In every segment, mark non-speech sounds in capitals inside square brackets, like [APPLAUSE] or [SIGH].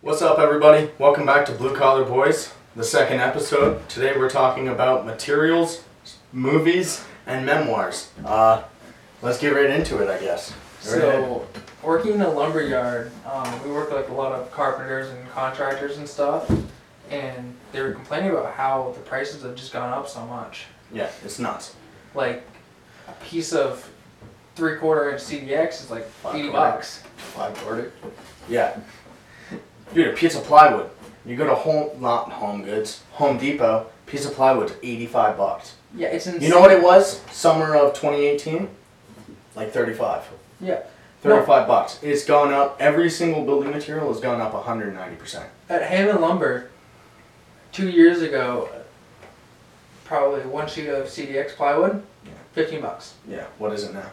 What's up, everybody? Welcome back to Blue Collar Boys, the second episode. Today we're talking about materials, movies, and memoirs. Uh, let's get right into it, I guess. Right ahead. So, working in a lumber yard, um, we work with like a lot of carpenters and contractors and stuff, and they were complaining about how the prices have just gone up so much. yeah, it's nuts. Like, a piece of three quarter inch CDX is like Five eighty quarter. bucks. Five quarter. Yeah, dude, a piece of plywood. You go to home, not Home Goods, Home Depot. Piece of plywood's eighty-five bucks. Yeah, it's insane. You know what it was? Summer of 2018, like 35. Yeah. 35 bucks. It's gone up. Every single building material has gone up 190%. At Hammond Lumber, two years ago, probably one sheet of CDX plywood, Yeah. fifteen bucks, Yeah. What is it now?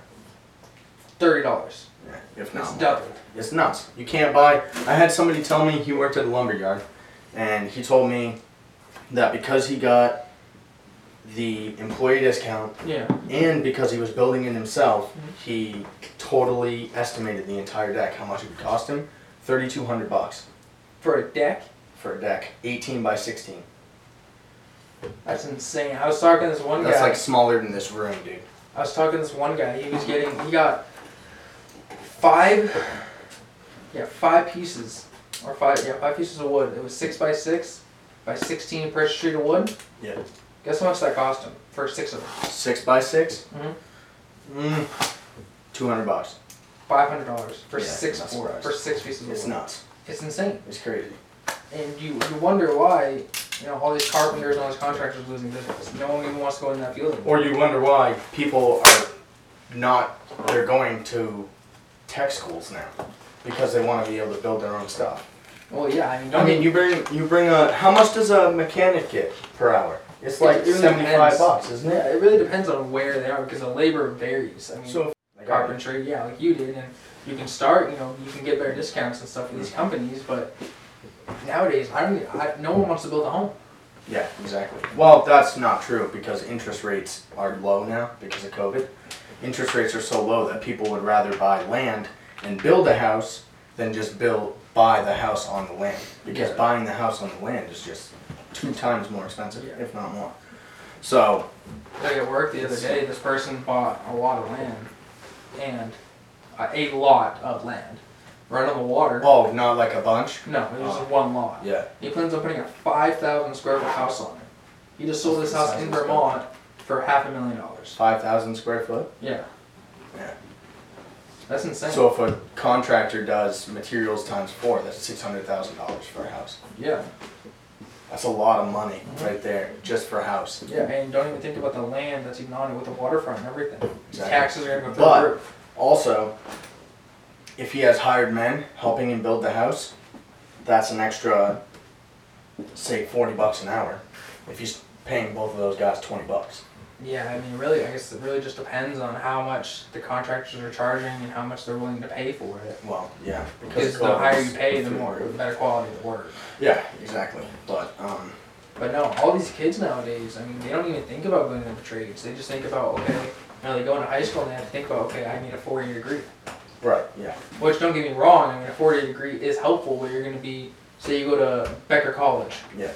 thirty dollars. Yeah. If not, It's more. doubled. It's nuts. You can't buy. I had somebody tell me he worked at a lumber yard, and he told me that because he got the employee discount Yeah. and because he was building it himself, Mm-hmm. he totally estimated the entire deck how much it would cost him. Thirty-two hundred bucks For a deck, for a deck, eighteen by sixteen. that's insane. I was talking to this one That's guy. like smaller than this room, dude. I was talking to this one guy. He was getting, he got five, yeah, five pieces or five, yeah, five pieces of wood. It was six by six by sixteen per sheet of wood. Yeah. Guess how much that cost him for six of them? Six by 6 Mhm. Mm. Two hundred bucks. Five hundred dollars for Yeah, six that's board, right. for six pieces of It's wood. nuts. It's insane, It's crazy. and you you wonder why you know all these carpenters and all these contractors are losing business. No one even wants to go in that field. anymore. Or you wonder why people are not, they're going to tech schools now because they want to be able to build their own stuff. Well, yeah, I mean, I mean, you bring, you bring a, how much does a mechanic get per hour? It's like It really 75 depends. bucks, isn't yeah, it? it really depends on where they are because the labor varies. I mean. So, carpentry, yeah, like you did, and you can start, you know, you can get better discounts and stuff with Mm-hmm. these companies, but nowadays, I don't, I, no one wants to build a home. yeah, exactly. Well, that's not true because interest rates are low now because of COVID. Interest rates are so low that people would rather buy land and build a house than just build, buy the house on the land. Because Yeah. buying the house on the land is just two times more expensive, Yeah. if not more. So, Like at work the other day, this person bought a lot of land, and uh, a lot of land, right on the water. oh, not like a bunch? No, it was just one lot. uh, Yeah. He plans on putting a five thousand square foot house on it. He just sold his house in Vermont for half a million dollars. 5,000 square foot? Yeah. Yeah. That's insane. So if a contractor does materials times four, that's $600,000 for a house. yeah. That's a lot of money Mm-hmm. right there, just for a house. Yeah, and don't even think about the land that's even on it with the waterfront and everything. Exactly. Taxes are gonna go through But- the roof. Also, if he has hired men helping him build the house, that's an extra, say, 40 bucks an hour. If he's paying both of those guys 20 bucks. Yeah, I mean, really, I guess it really just depends on how much the contractors are charging and how much they're willing to pay for it. Well, yeah. Because the higher you pay, the more the better quality the work. Yeah, exactly. But, um, But no, all these kids nowadays, I mean, they don't even think about going into trades. They just think about okay, you know, they go into high school and they have to think about okay, I need a four year degree. right, yeah. Which don't get me wrong, I mean, a four year degree is helpful where you're going to be. Say you go to Becker College. Yeah.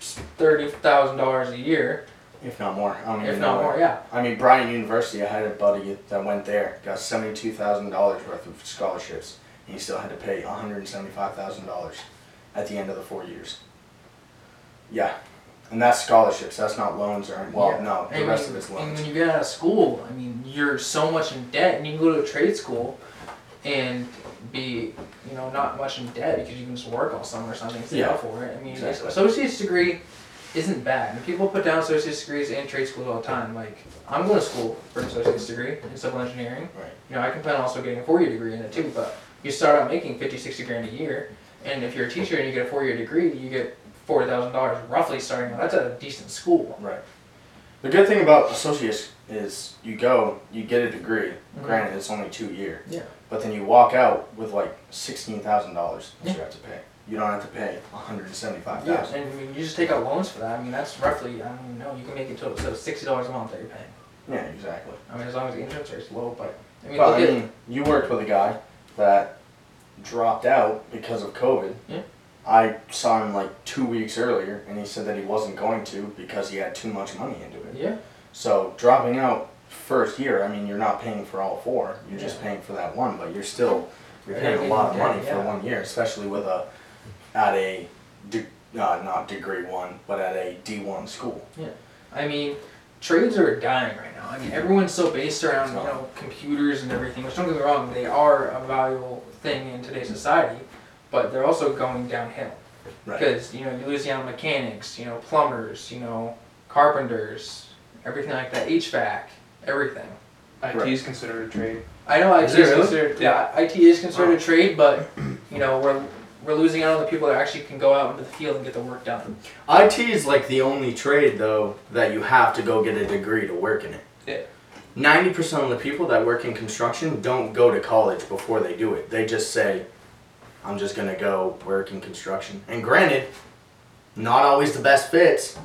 Thirty thousand dollars a year, If not more. I don't even if know. not more. Yeah. I mean, Bryant University, I had a buddy that went there, got $72,000 worth of scholarships, and he still had to pay $175,000 at the end of the four years. Yeah. And that's scholarships, that's not loans or, well, Yeah. no, I the rest mean, of it's And loans. when you get out of school, I mean, you're so much in debt, and you can go to a trade school and be, you know, not much in debt because you can just work all summer or something, save Yeah. up for it. I mean, Exactly. associate's degree isn't bad. And people put down associate's degrees and trade schools all the time. Like, I'm going to school for an associate's degree in civil engineering. Right. You know, I can plan on also getting a four year degree in it too, but you start out making 50, 60 grand a year. And if you're a teacher and you get a four year degree, you get $4,000 roughly starting out. That's at a decent school. Right. The good thing about associates is you go, you get a degree. Granted, it's only two year, Mm-hmm. Yeah. but then you walk out with like sixteen thousand dollars that you Yeah. have to pay. You don't have to pay one hundred seventy five Yeah, thousand. and I mean, you just take out loans for that. I mean, that's roughly, I don't even know, you can make it to so sixty dollars a month that you're paying. yeah, exactly. I mean, as long as the interest rate's low, but I mean, Well, look I at mean, you worked with a guy that dropped out because of COVID. Yeah. I saw him like two weeks earlier, and he said that he wasn't going to because he had too much money into it. Yeah. So dropping out first year, I mean, you're not paying for all four. You're just paying for that one, but you're still you're paying a lot of money for Yeah. one year, especially with a at a de- uh, not degree one, but at a D one school. I mean, trades are dying right now. I mean, everyone's so based around you know computers and everything. Which don't get me wrong, they are a valuable thing in today's society, but they're also going downhill because you know you lose out on mechanics, you know plumbers, you know carpenters, everything like that, HVAC, everything. IT is considered a trade. I know IT Is is, it really? considered yeah, IT is considered a trade, but you know we're we're losing out on the people that actually can go out into the field and get the work done. IT is like the only trade though that you have to go get a degree to work in it. Yeah. Ninety percent of the people that work in construction don't go to college before they do it. They just say, "I'm just gonna go work in construction." And granted, not always the best fits.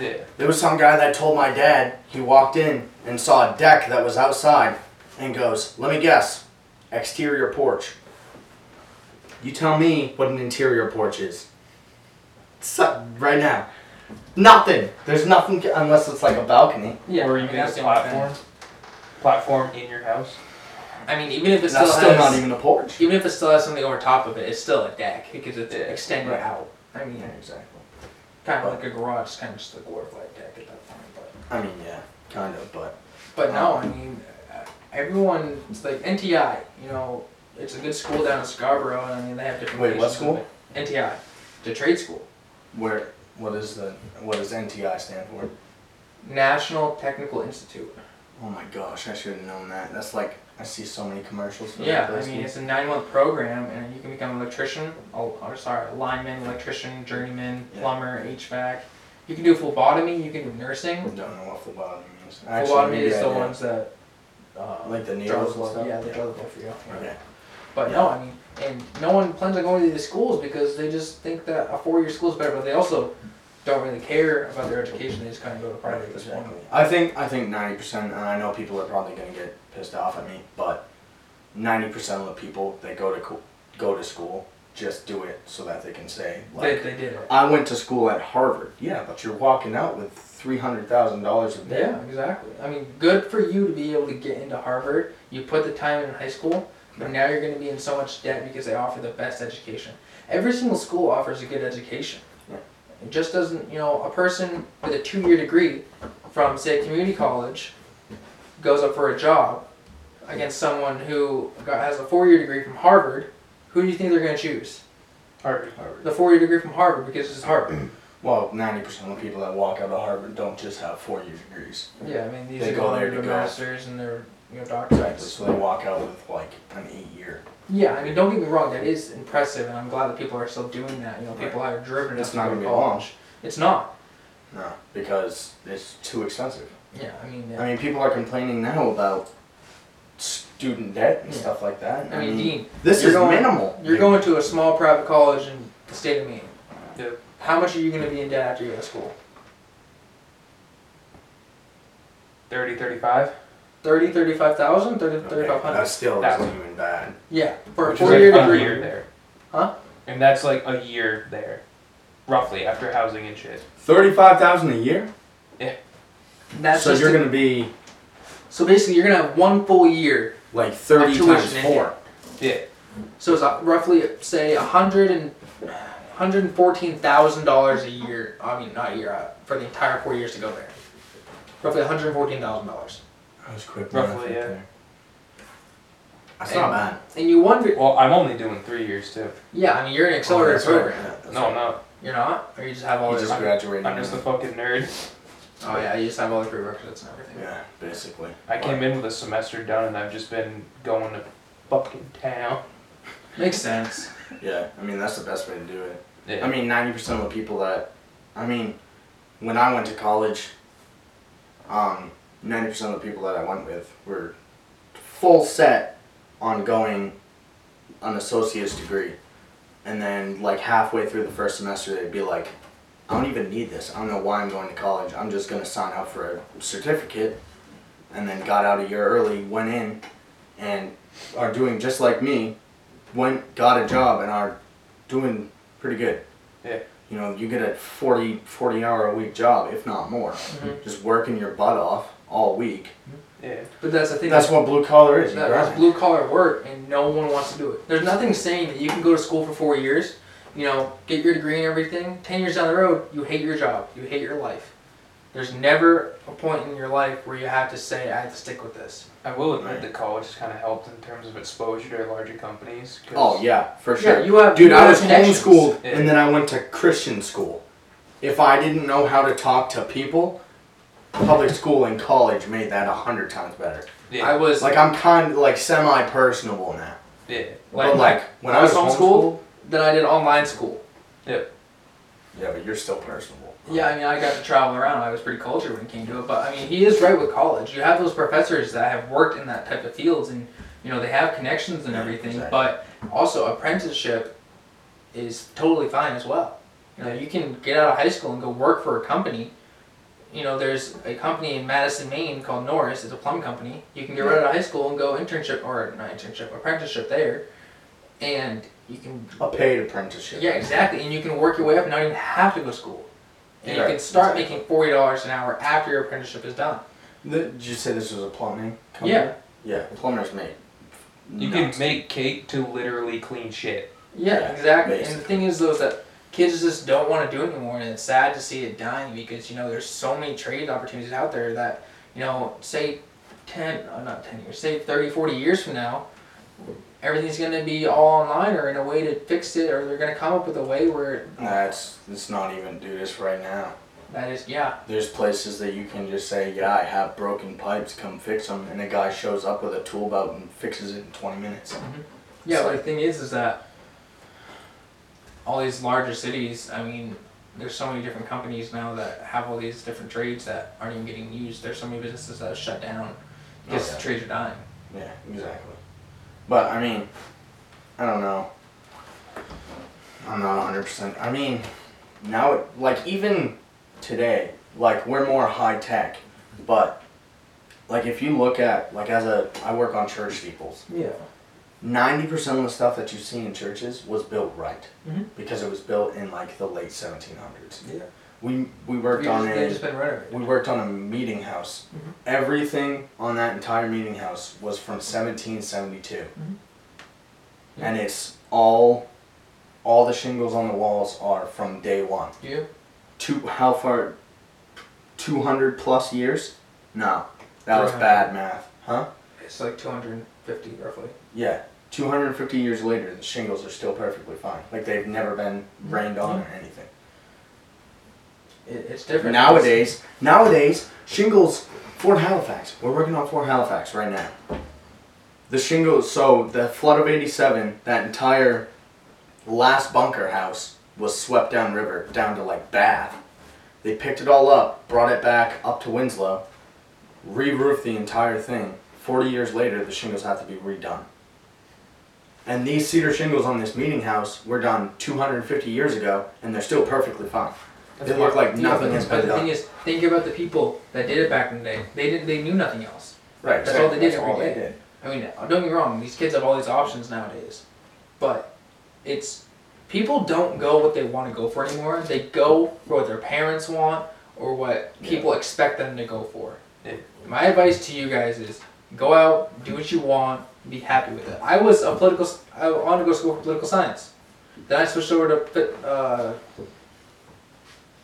Yeah. There was some guy that told my dad he walked in and saw a deck that was outside and goes, Let me guess, exterior porch. You tell me what an interior porch is. So, right now. Nothing. There's nothing unless it's like a balcony. Yeah, or I you mean, can that's use the only thing. platform. Platform in your house. I mean, even if it That's still still, has, not even a porch. Even if it still has something over top of it, it's still a deck because it's Yeah, extended right. out. I mean, exactly. kind of like a garage, kind of just a glorified deck at that point. But, I mean, yeah, kind of, but but Oh. no, I mean, uh, everyone, it's like NTI, you know, it's a good school down in Scarborough, and I mean, they have different. Wait, what locations of it. NTI. It's a trade school. where? What is the? What does NTI stand for? National Technical Institute. Oh my gosh, I should have known that. That's like I see so many commercials. For Yeah, that I place. mean, it's a nine month program, and you can become an electrician, oh, or sorry, a lineman, electrician, journeyman, Yeah. plumber, HVAC. You can do phlebotomy, you can do nursing. don't know what phlebotomy means. Actually, maybe is I the do. ones that uh, Like the draw needles the blood. and stuff? Yeah, they draw the blood for you. Okay. But no, I mean, and no one plans on going to these schools because they just think that a four-year school is better, but they also don't really care about their education. They just kind of go to private at this point. I think I think ninety percent, and I know people are probably gonna get pissed off at me, but ninety percent of the people that go to co- go to school just do it so that they can say They, like they did it. I went to school at Harvard. Yeah, but you're walking out with three hundred thousand dollars of debt. Yeah, exactly. I mean, good for you to be able to get into Harvard. You put the time in high school, but now you're going to be in so much debt because they offer the best education. Every single school offers a good education. Yeah. It just doesn't, you know, a person with a two year degree from, say, community college goes up for a job against someone who got, has a four year degree from Harvard. Who do you think they're going to choose? Harvard. Harvard. The four year degree from Harvard because it's Mm. Harvard. Well, ninety percent of the people that walk out of Harvard don't just have four year degrees. Yeah, I mean, these They are go going there to to their go. masters and their you know, doctorates. Exactly. So they walk out with like an eight year. Yeah, I mean, don't get me wrong. That is impressive, and I'm glad that people are still doing that. You know, Right. people are driven. It's enough to not go gonna to be college. It's not. No, because it's too expensive. Yeah, I mean, I mean, people are complaining now about student debt and Yeah. stuff like that. I mean, Dean, this you're is going- minimal. you're going to a small private college in the state of Maine. Yep. How much are you going to be in debt after you go to school? 30, 35. 30, 35,000, 30, Okay, 3,500? That still That isn't even bad. Yeah, for a Which Which is four like year a degree. year there. Huh? And that's like a year there. Roughly, after housing and shit. Thirty-five thousand a year. That's so just you're a- going to be so basically, you're going to have one full year. like thirty tuition times in four. Yeah. So it's uh, roughly, say, a hundred and hundred and fourteen thousand dollars a year. I mean, not a year uh, for the entire four years to go there. Roughly one hundred fourteen thousand dollars. That was quick. Roughly, math right yeah. there. That's And- not bad. And you wonder, Well, I'm only doing three years too. yeah, I mean, you're an accelerator Oh, that's right. program. Yeah, that's No, I'm not. You're not, or you just have all right. the. He just graduated. I'm just a fucking nerd. oh yeah, you just have all the prerequisites and everything. yeah, basically. I came in with a semester done and I've just been going to fucking town. Makes sense. Yeah, I mean that's the best way to do it. Yeah. I mean, ninety percent of the people that, I mean, when I went to college, um, ninety percent of the people that I went with were full set on going an associate's degree, and then like halfway through the first semester they'd be like, I don't even need this. I don't know why I'm going to college. I'm just gonna sign up for a certificate, and then got out a year early, went in, and are doing just like me, went got a job and are doing pretty good. Yeah. You know, you get a 40, 40 hour a week job, if not more. Mhm. Just working your butt off all week. Yeah. But that's the thing. That's what blue collar is. You That- grind. That's blue collar work, and no one wants to do it. There's nothing saying that you can go to school for four years, you know, get your degree and everything. Ten years down the road, you hate your job, you hate your life. There's never a point in your life where you have to say, "I have to stick with this." I will admit Right. that college has kind of helped in terms of exposure to larger companies. 'cause- Oh yeah, for Yeah, sure. you have- Dude, you I have was connections. homeschooled Yeah. and then I went to Christian school. If I didn't know how to talk to people, public school and college made that a hundred times better. I Yeah. was Like I'm kind like semi personable now. yeah. but like when I was homeschooled, then I did online school. yeah, but you're still personable. Yeah, I mean, I got to travel around. I was pretty cultured when it came to it. But I mean, he is right with college. You have those professors that have worked in that type of fields, and you know they have connections and Yeah, everything. exactly. But also, apprenticeship is totally fine as well. You know, you can get out of high school and go work for a company. You know, there's a company in Madison, Maine called Norris. It's a plum company. You can get right out of high school and go internship or not internship, apprenticeship there, and you can A paid apprenticeship. yeah, exactly. And you can work your way up and not even have to go to school. And Right, you can start exactly. making forty dollars an hour after your apprenticeship is done. Th- did you say this was a plumbing? Company? Yeah. Yeah, plumbers mate. You can make cake to literally clean shit. Yeah, Yeah, exactly. And the basically. thing is though is that kids just don't want to do it anymore and it's sad to see it dying because you know there's so many trade opportunities out there that, you know, say 10 uh, not 10 years, say 30, 40 years from now, everything's going to be all online or in a way to fix it or they're going to come up with a way where That's it's not even do this right now. that is yeah, There's places that you can just say, yeah, I have broken pipes, come fix them, and a guy shows up with a tool belt and fixes it in 20 minutes. Yeah, So- but the thing is, is that all these larger cities. I mean, there's so many different companies now that have all these different trades that aren't even getting used. There's so many businesses that have shut down because Okay. the trades are dying. Yeah, exactly. But I mean, I don't know. I'm not 100. percent I mean, now it, like even today, like we're more high tech, but like if you look at like as a I work on church steeples. Yeah. 90% of the stuff that you see in churches was built right Mhm. because it was built in like the late 1700s. Yeah. We we worked on They've a just been renovated. we worked on a meeting house. Mhm. Everything on that entire meeting house was from 1772. Mm-hmm. Yeah. And it's all all the shingles on the walls are from day 1. You? Two how far 200 plus years? No. That was 300. bad math. Huh? It's like 250 roughly. Yeah, 250 years later, the shingles are still perfectly fine. Like they've never been rained on or anything. It, it's different Nowadays, nowadays, shingles, Fort Halifax. We're working on Fort Halifax right now. The shingles, so the flood of 87, that entire last bunker house was swept down river, down to like Bath. They picked it all up, brought it back up to Winslow, re roofed the entire thing. 40 years later, the shingles have to be redone. And these cedar shingles on this meeting house were done 250 years ago, and they're still perfectly fine. They look like Yeah, nothing but- has but been the thing done. is, think about the people that did it back in the day. They didn't. They knew nothing else. Right. That's all they did That's every all day. they did. I mean, uh, don't get me wrong, these kids have all these options nowadays. But it's people don't go what they want to go for anymore. They go for what their parents want or what Yeah. people expect them to go for. Yeah. My advice to you guys is go out, do what you want, be happy with it. I was a political s- I wanted to go to school for political science. Then I switched over to phy- uh,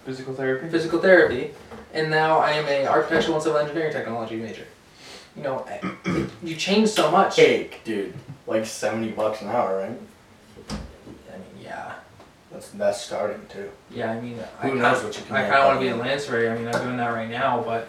Physical therapy. physical therapy, and now I am a architectural and civil engineering technology major. You know, I- you change so much. Cake, dude. Like 70 bucks an hour, right? I mean, yeah. That's, that's starting too. Yeah, I mean, I Who kinda, knows what you can I make kind of want out to be a of it. land surveyor. I mean, I'm doing that right now, but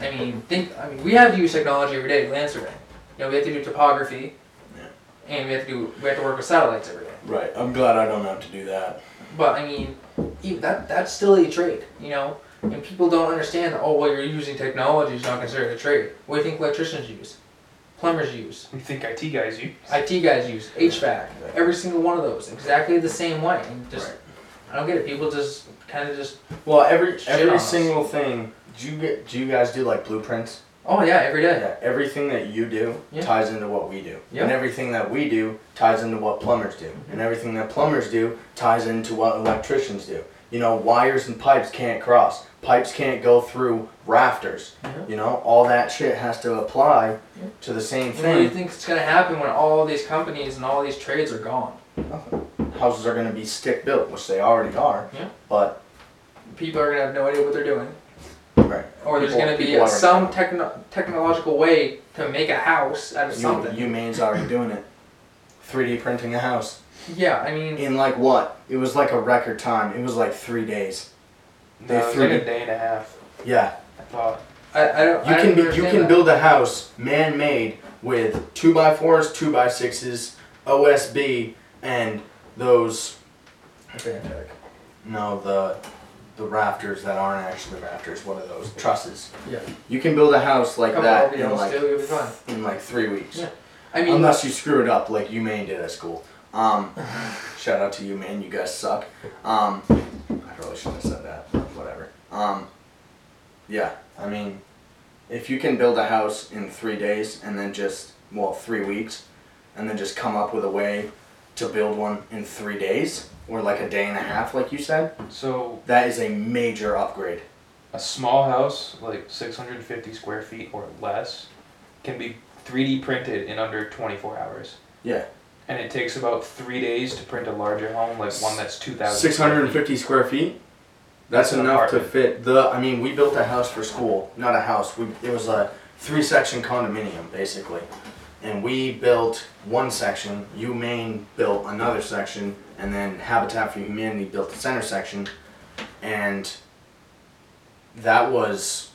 I mean, think. I mean, we have to use technology every day, land surveying. You know, we have to do topography, Yeah. and we have to do we have to work with satellites every day. Right. I'm glad I don't have to do that. But I mean, even that that's still a trade, you know. And people don't understand. Oh, well, you're using technology is not considered a trade. What do you think electricians use? Plumbers use. We think IT guys you. IT guys use. HVAC. Every single one of those, exactly the same way. And just, Right. I don't get it. People just kind of just Well, every Shit on every us. single thing. Do you get? Do you guys do like blueprints? Oh yeah, every day. Yeah, everything that you do Yeah. ties into what we do. Yeah. Mm-hmm. And everything that we do ties into what plumbers do. And everything that plumbers do ties into what electricians do. You know, wires and pipes can't cross. Pipes can't go through rafters. Yeah. You know, all that shit has to apply Yeah. to the same You know what do you thing. think is gonna happen when all these companies and all these trades are gone? Houses are going to be stick built, which they already are. Yeah. But People are gonna have no idea what they're doing, right. or there's People- gonna be people are- some techno- technological way to make a house out of You, something. you Maine's already doing it. 3D printing a house yeah, I mean, in like what? It was like a record time. It was like three days. No, it was threw like a me- day and a half. Yeah. I thought. I, I don't. You I can don't be, you understand can that. build a house man-made with two by fours, two by sixes, OSB, and those. No, the the rafters that aren't actually rafters. What are those trusses? Yeah. You can build a house like Couple that of in videos like too, you'll be fine. in like three weeks, Yeah. I mean, unless you screw it up like UMaine did at school. Um, [LAUGHS] shout out to UMaine, you guys suck. Um, I probably shouldn't have said that, but whatever. Um, yeah, I mean, if you can build a house in three days and then just, well, three weeks, and then just come up with a way to build one in three days, or like a day and a half, like you said, So that is a major upgrade. a small house, like 650 square feet or less, can be 3D printed in under 24 hours. Yeah. And it takes about three days to print a larger home, like one that's 2,000. Six hundred and fifty square feet. That's That's an enough to apartment. fit the. I mean, we built a house for school, not a house. We it was a three section condominium basically, and we built one section. UMaine built another section, and then Habitat for Humanity built the center section, and that was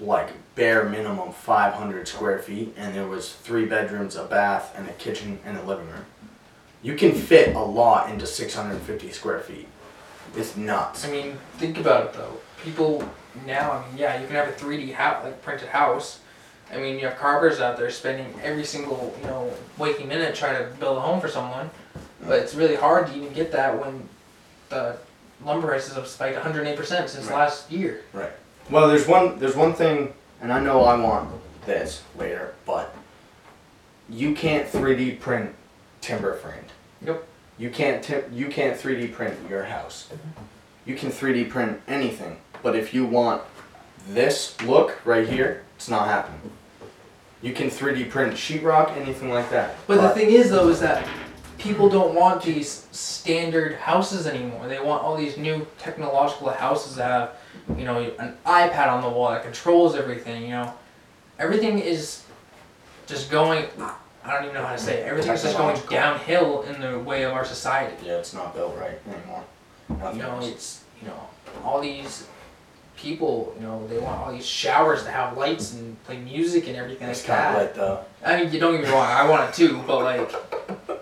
like bare minimum five hundred square feet, and there was three bedrooms, a bath, and a kitchen, and a living room. You can fit a lot into 650 square feet. It's nuts. I mean, think about it though. People now, I mean, yeah, you can have a 3D house, like printed house. I mean, you have carvers out there spending every single, you know, waking minute trying to build a home for someone, but it's really hard to even get that when the lumber prices have spiked 108 percent since Right. last year. Well, there's one there's one thing, and I know I want this later, but you can't 3D print timber framed. Yep. You can't tim- you can't 3D print your house. You can 3D print anything, but if you want this look right here, it's not happening. You can 3D print sheetrock, anything like that. But the thing is though is that people don't want these standard houses anymore. They want all these new technological houses that have, you know, an iPad on the wall that controls everything, you know. Everything is just going I don't even know how to say it. Everything's just going Technological. downhill in the way of our society. yeah, it's not built right anymore. You Nothing know, else. it's you know, all these people, you know, they want all these showers to have lights and play music and everything It's like kind that. of like the I mean, you don't get me wrong. I want it too, but like,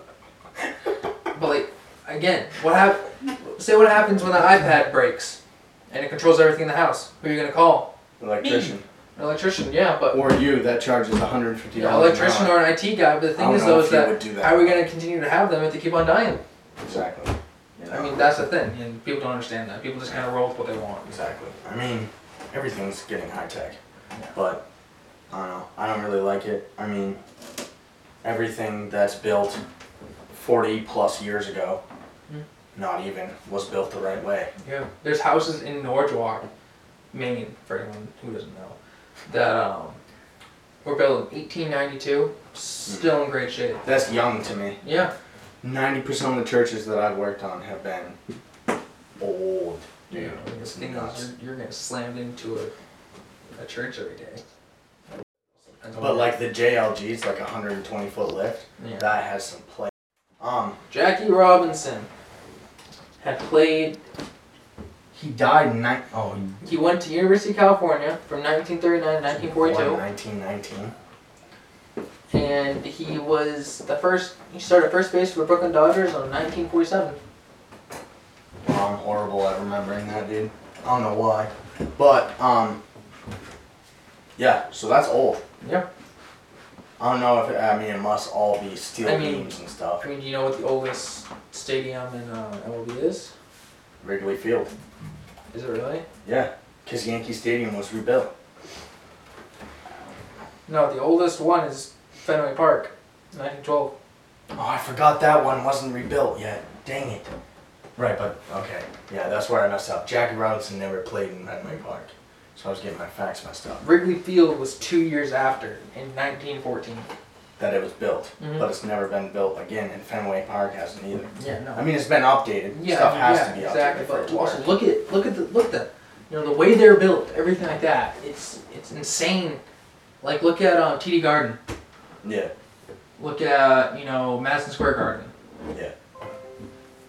but like, again, what hap- Say what happens when the iPad breaks, and it controls everything in the house. Who are you gonna call? electrician. An electrician, yeah, but Or you that charges $150. an an electrician hour. or an IT guy. But the I thing don't is, know though, if is you that, would do that. how are we gonna continue to have them if they keep on dying? Exactly. I mean, that's the thing, and people don't understand that. People just kind of roll with what they want. Exactly. I mean, everything's getting high tech. Yeah. But, I don't know. I don't really like it. I mean, everything that's built 40 plus years ago, Mm. not even, was built the right way. Yeah, there's houses in Norwalk, Maine, for anyone who doesn't know, that um, were built in 1892, still in great shape. That's young to me. Yeah, 90% of the churches that I've worked on have been old. Dude, This it's thing nuts. is, you're, you're getting slammed into a, a church every day. But like the JLG's, like a 120 foot lift, Yeah. that has some play. Um, Jackie Robinson had played. he died in ni- oh, he He went to University of California from 1939 to 1942. 1919. and he was the first. He started first base for Brooklyn Dodgers on 1947. Well, I'm horrible at remembering that, dude. I don't know why. But, um, yeah, so that's old. Yeah. I don't know if, it, I mean, it must all be steel I mean- beams and stuff. I mean, do you know what the oldest stadium in uh, MLB is? Wrigley Field. Is it really? Yeah, because Yankee Stadium was rebuilt. No, the oldest one is Fenway Park, 1912. Oh, I forgot that one wasn't rebuilt yet. Dang it. Right, but okay. Yeah, that's where I messed up. Jackie Robinson never played in Fenway Park, so I was getting my facts messed up. Wrigley Field was two years after, in 1914. That it was built, Mhm. but it's never been built again, and Fenway Park hasn't either. Yeah, no. I mean, it's been updated. yeah, Stuff has yeah, to be exactly. updated for it But to also work. look at look at the look at the you know the way they're built, everything like that. It's it's insane. Like look at um, TD Garden. Yeah, Look at you know Madison Square Garden. Yeah.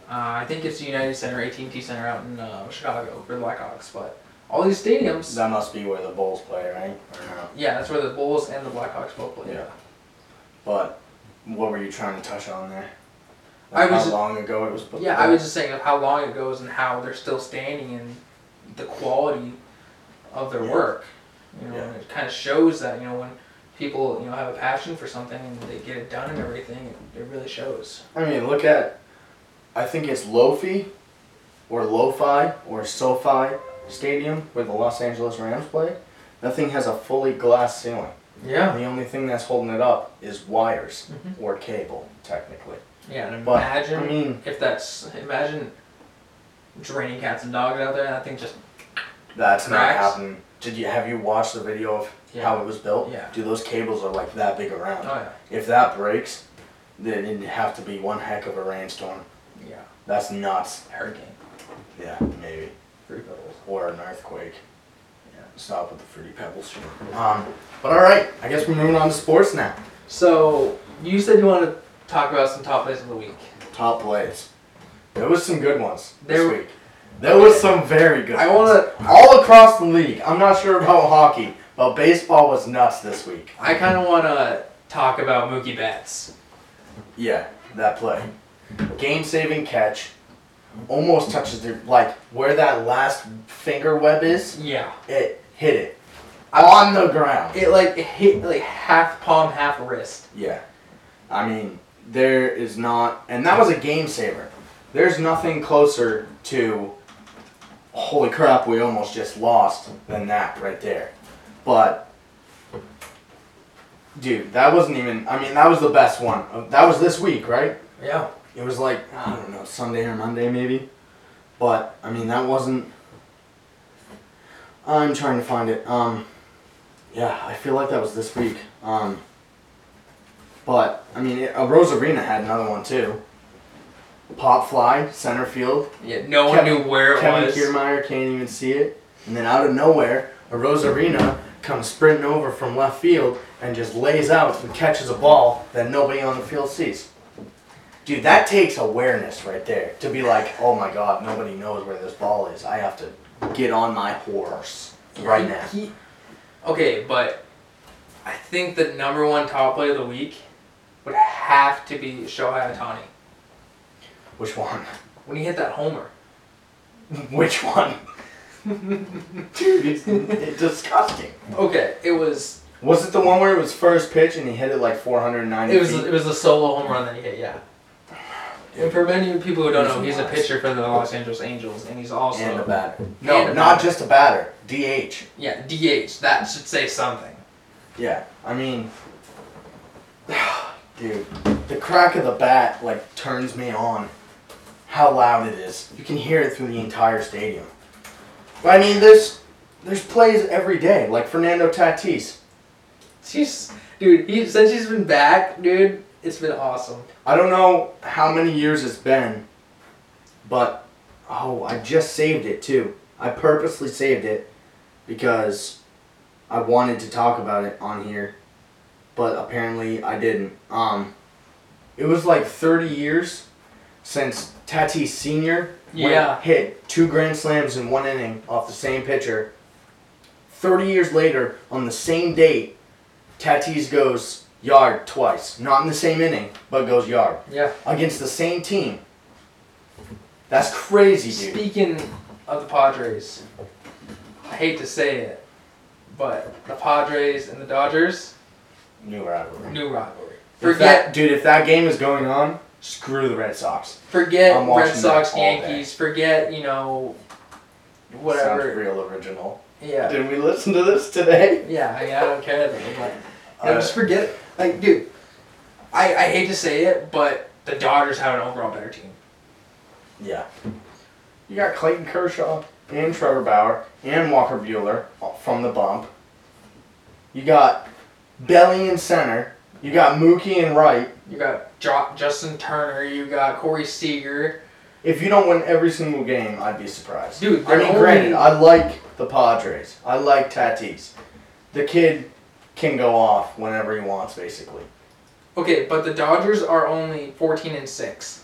Uh, I think it's the United Center, AT&T Center out in uh, Chicago for the Blackhawks. But all these stadiums. that must be where the Bulls play, right? Or no? Yeah, that's where the Bulls and the Blackhawks both play. Yeah. But what were you trying to touch on there? I Like was how just- long ago it was built? Yeah, I was just saying of how long it goes and how they're still standing and the quality of their Yeah. work. You know, Yeah. and it kind of shows that you know when people you know have a passion for something and they get it done and everything, it, it really shows. I mean, look at. I think it's Lofi, or Lo-Fi, or SoFi Stadium where the Los Angeles Rams play. That thing has a fully glass ceiling. Yeah. The only thing that's holding it up is wires Mhm. or cable, technically. Yeah, and But imagine I mean, if that's imagine draining cats and dogs out there. And I think just that's not Cracks. happening. Did you have you watched the video of Yeah. how it was built? Yeah. Dude, those cables are like that big oh around. yeah, If that breaks, then it'd have to be one heck of a rainstorm. yeah, That's nuts. hurricane, Yeah, maybe. three pebbles. Or an earthquake. Yeah. Stop with the fruity pebbles. Um, but all right, I guess we're moving on to sports now. So you said you wanted to talk about some top plays of the week. Top plays. There was some good ones There- this week. There was some very good. I ones. wanna- all across the league. I'm not sure about hockey, but baseball was nuts this week. I kind of want to talk about Mookie Betts. Yeah, that play. Game saving catch. Almost touches the like where that last finger web is. Yeah. It hit it on the ground. It like it hit like half palm, half wrist. Yeah. I mean, there is not, and that was a game saver. There's nothing closer to, holy crap, we almost just lost than that right there. But, dude, that wasn't even, I mean, that was the best one. Uh, That was this week, right? Yeah. It was like, I don't know, Sunday or Monday maybe. But, I mean, that wasn't, I'm trying to find it. Um, yeah, I feel like that was this week. Um, but I mean, it, uh, Rosarina had another one too. Pop fly center field. Yeah. No one Kevin- knew where it Kevin was. Kiermaier can't even see it, and then out of nowhere, a Rosarina comes sprinting over from left field and just lays out and catches a ball that nobody on the field sees. Dude, that takes awareness right there to be like, oh my god, nobody knows where this ball is. I have to get on my horse right now. He, he- okay, but I think the number one top play of the week would have to be Shohei Ohtani Which one? [LAUGHS] when he hit that homer. Which one? Dude, it's, it's [LAUGHS] disgusting. Okay, it was Was it the one where it was first pitch and he hit it like 490 it was feet? it was a solo home run that he hit. Yeah. And for many people who don't know, he's a pitcher for the Los Angeles Angels, and he's also and a batter. And No, a not batter. just a batter. DH. yeah DH. That should say something. Yeah, I mean, [SIGHS] dude, the crack of the bat like turns me on. How loud it is! You can hear it through the entire stadium. But I mean, there's there's plays every day, like Fernando Tatis. She's, dude. He since he's been back, dude. It's been awesome. I don't know how many years it's been, but oh, I just saved it too. I purposely saved it because I wanted to talk about it on here, but apparently I didn't. Um, it was like 30 years since Tatis Senior went- Yeah. hit two grand slams in one inning off the same pitcher. 30 years later, on the same date, Tatis goes yard twice. Not in the same inning, but goes yard Yeah. against the same team. That's crazy, dude. Speaking of the Padres, I hate to say it, but the Padres and the Dodgers, New rivalry. new rivalry. If Forget, that, dude, if that game is going on, screw the Red Sox. forget I'm Red watching Sox, that all day. Yankees. Forget you know, Sounds whatever. real original. Yeah. Did we listen to this today? [LAUGHS] Yeah. I, mean, I don't care though. But Uh, You know, just forget it. Like, dude, I, I hate to say it, but the Dodgers have an overall better team. Yeah. You got Clayton Kershaw and Trevor Bauer and Walker Bueller from the bump. You got Belly in center. You got Mookie in right. You got jo- Justin Turner, you got Corey Seager. If you don't win every single game, I'd be surprised. Dude, I mean, they're granted, only- I like the Padres. I like Tatis. The kid can go off whenever he wants, basically. Okay, but the Dodgers are only 14 and 6.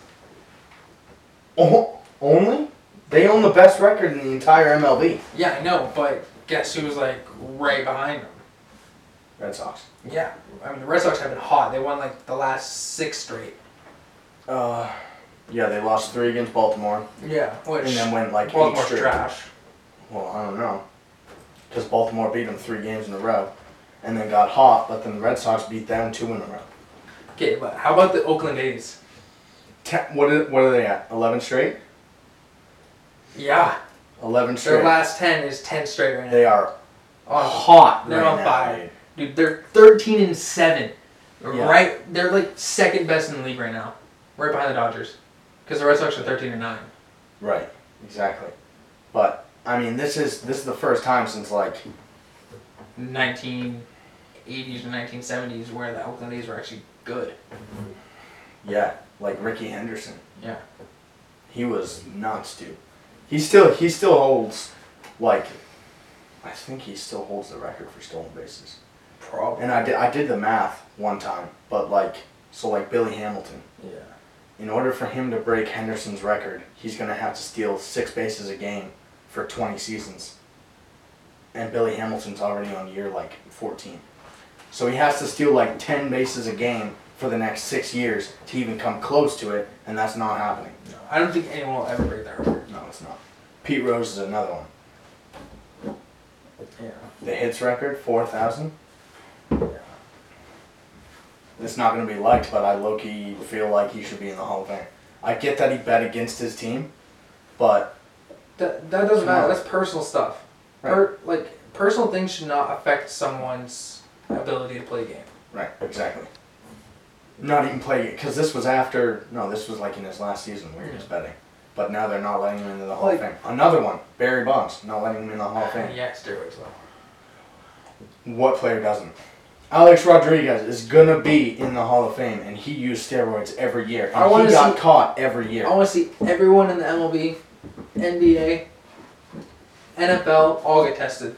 Oh, only? They own the best record in the entire MLB. Yeah, I know, but guess who's like right behind them? Red Sox. Yeah, I mean, the Red Sox have been hot. They won like the last six straight. Uh, yeah, they lost three against Baltimore Yeah, which. and then went like eight Baltimore's straight. trash. Well, I don't know. Because Baltimore beat them three games in a row and then got hot, but then the Red Sox beat them two in a row. Okay, but how about the Oakland A's? Ten, what, are, what are they at? 11 straight? Yeah, 11 their straight. last 10 is 10 straight right now. they are Oh, hot They're right on now, fire. dude. dude, they're 13 and 7. They're Yeah. Right, they're like second best in the league right now. Right behind the Dodgers. Because the Red Sox are 13 and 9. Right, exactly. But, I mean, this is this is the first time since, like, 1980s to 1970s where the Oakland A's were actually good. yeah, like Ricky Henderson. Yeah. He was nuts, dude. He still, he still holds, like, I think he still holds the record for stolen bases. Probably. Oh. And I did, I did the math one time, but like, so like Billy Hamilton, Yeah. in order for him to break Henderson's record, he's going to have to steal six bases a game for 20 seasons. And Billy Hamilton's already on year like 14. So he has to steal like 10 bases a game for the next six years to even come close to it, and that's not happening. No, I don't think anyone will ever break that record. No, it's not. Pete Rose is another one. Yeah. The hits record, 4,000. It's not going to be liked, but I low key feel like he should be in the Hall of Fame. I get that he bet against his team, but That, that doesn't Come on. matter. That's personal stuff. Per, like, personal things should not affect someone's ability to play a game. Right, exactly. Not even play because this was after. No, this was like in his last season where he was betting. But now they're not letting him into the Hall of Fame. Like- Another one, Barry Bonds, not letting him in the Hall of Fame. Yeah, steroids though. What player doesn't? Alex Rodriguez is gonna be in the Hall of Fame, and he used steroids every year. And I wanna he got see- caught every year. I want to see everyone in the MLB, NBA, NFL all get tested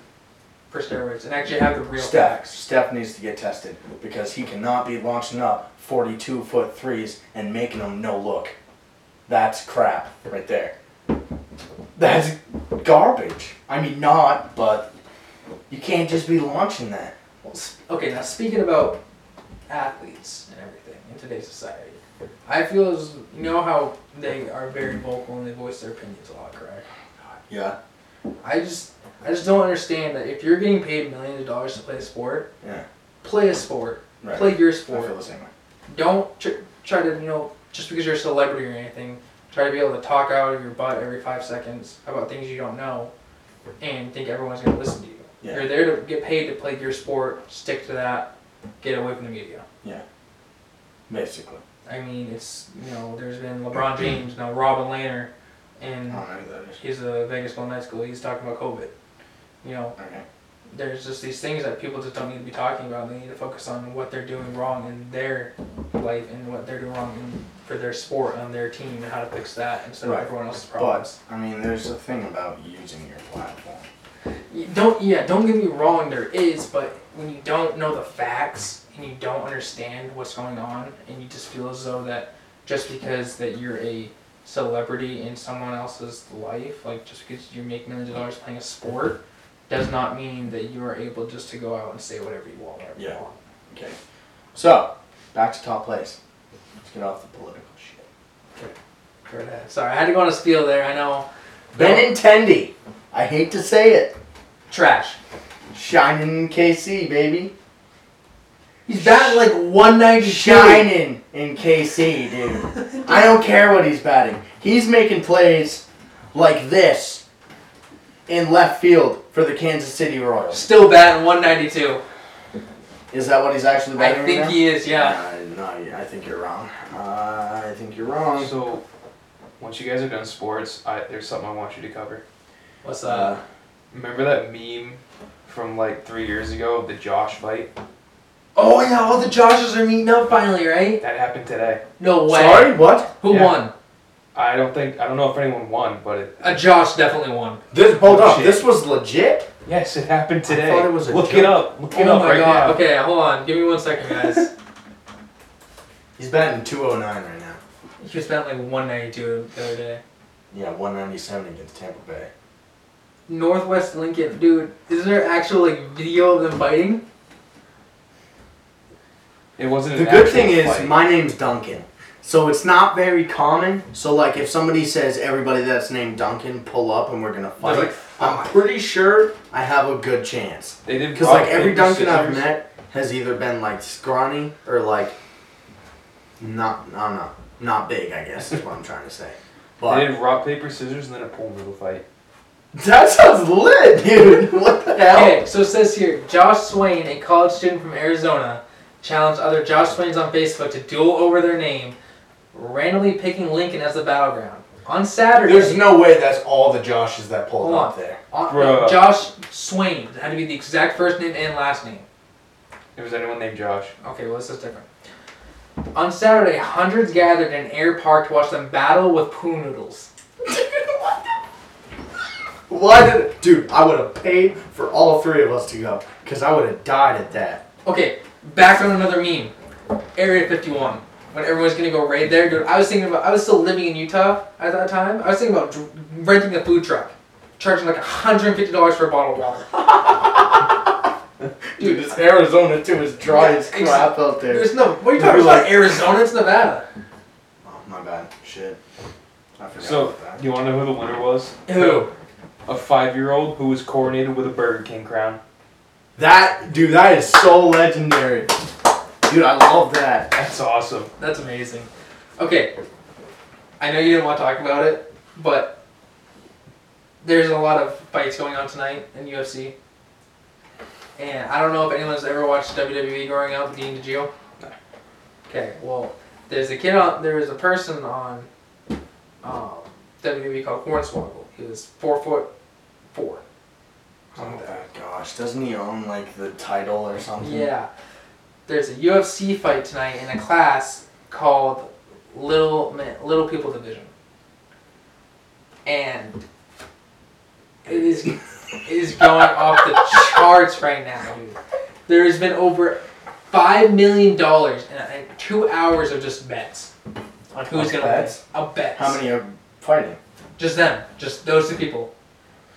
for steroids and actually have the real Steph, facts. Steph needs to get tested because he cannot be launching up 42 foot threes and making them no look. That's crap right there. That's garbage. I mean, not, but you can't just be launching that. Well, sp- okay, now speaking about athletes and everything in today's society, I feel as you know how they are very vocal and they voice their opinions a lot, correct? Yeah. I just I just don't understand that if you're getting paid millions of dollars to play a sport, Yeah. play a sport, Right. play your I feel sport. the same way. Don't tr- try to you know just because you're a celebrity or anything, try to be able to talk out of your butt every five seconds about things you don't know, and think everyone's gonna listen to you. Yeah. You're there to get paid to play your sport, stick to that, get away from the media. Basically. I mean, it's you know, there's been LeBron James now, Robin Lehner, I and don't know who that is. he's a Vegas Golden Knights goalie. He's talking about COVID. You know, Okay. there's just these things that people just don't need to be talking about. They need to focus on what they're doing wrong in their life and what they're doing wrong in, for their sport on their team and how to fix that instead Right. of everyone else's problems. But, I mean, there's a thing about using your platform. You don't yeah, don't get me wrong. There is, but when you don't know the facts and you don't understand what's going on, and you just feel as though that just because that you're a celebrity in someone else's life, like just because you make millions of dollars playing a sport, does not mean that you are able just to go out and say whatever you want. Whatever Yeah. You want. Okay. So, back to top place. Let's get off the political shit. Go ahead. Sorry, I had to go on a spiel there. I know. Benintendi. I hate to say it. Trash. Shining KC, baby. He's batting like 192. [LAUGHS] Shining in KC, dude. I don't care what he's batting. He's making plays like this in left field for the Kansas City Royals. Still batting 192. Is that what he's actually I betting right think now? he is. Yeah. Uh, no, yeah, I think you're wrong. Uh, I think you're wrong. So, once you guys are done sports, I, there's something I want you to cover. What's Uh, that? Remember that meme from like three years ago of the Josh fight? Oh yeah, all the Joshes are meeting up finally, right? That happened today. No way. sorry, what? Who Yeah. won? I don't think I don't know if anyone won, but it, A Josh definitely won. This hold Oh, up. shit. This was legit. yes, it happened I today. thought it was a look joke. it up. Look it oh up my right god. now. Okay, hold on. Give me one second, [LAUGHS] guys. He's batting 209 right now. he spent like 192 the other day. Yeah, 197 against Tampa Bay. Northwest Lincoln, dude. Is there actual like video of them fighting? It wasn't. The an good actual thing is fight. my name's Duncan, so it's not very common. So like, if somebody says everybody that's named Duncan pull up and we're gonna There's, fight, like, I'm five. pretty sure I have a good chance. they did Because like rock, every paper, Duncan I've scissors. met has either been like scrawny or like not I don't know not big. I guess is what I'm trying to [LAUGHS] say. They But did rock paper scissors and then a pool noodle fight. that sounds lit, dude. [LAUGHS] What the hell? Okay, so it says here, Josh Swain, a college student from Arizona, challenged other Josh Swains on Facebook to duel over their name, randomly picking Lincoln as the battleground. On Saturday, There's no way that's all the Joshes that pulled Hold up on. there. on- Bruh. Josh Swain it had to be the exact first name and last name. It was anyone named Josh. Okay, well, this is different. On Saturday, hundreds gathered in Air Park to watch them battle with poo noodles. Why did dude? I would have paid for all three of us to go because I would have died at that. Okay, back on another meme. Area 51. When everyone's gonna go raid there, dude. I was thinking about. I was still living in Utah at that time. I was thinking about dr- renting a food truck, charging like 150 dollars for a bottle of water. Dude, this Arizona too is dry Yeah, as ex- crap out there. There's no. What are you talking about? Arizona? It's Nevada. Oh, my bad. Shit. I forgot So, about that. do you want to know who the winner was? Who? A five-year-old who was coronated with a Burger King crown. That dude, that is so legendary. Dude, I love that. That's awesome. That's amazing. Okay. I know you didn't want to talk about it, but there's a lot of fights going on tonight in UFC. And I don't know if anyone's ever watched WWE growing up, Dean DiGio. No. Okay, well, there's a kid on, there was a person on um, WWE called Hornswoggle. He was four foot four. Oh my gosh, doesn't he own like the title or something? Yeah. There's a UFC fight tonight in a class called Little Ma- Little People Division. And it is it [LAUGHS] is going off the charts right now. dude. There has been over five million dollars in, in two hours of just bets on who's Of gonna bets? win. Of bets. How many are fighting? Just them. Just those two people.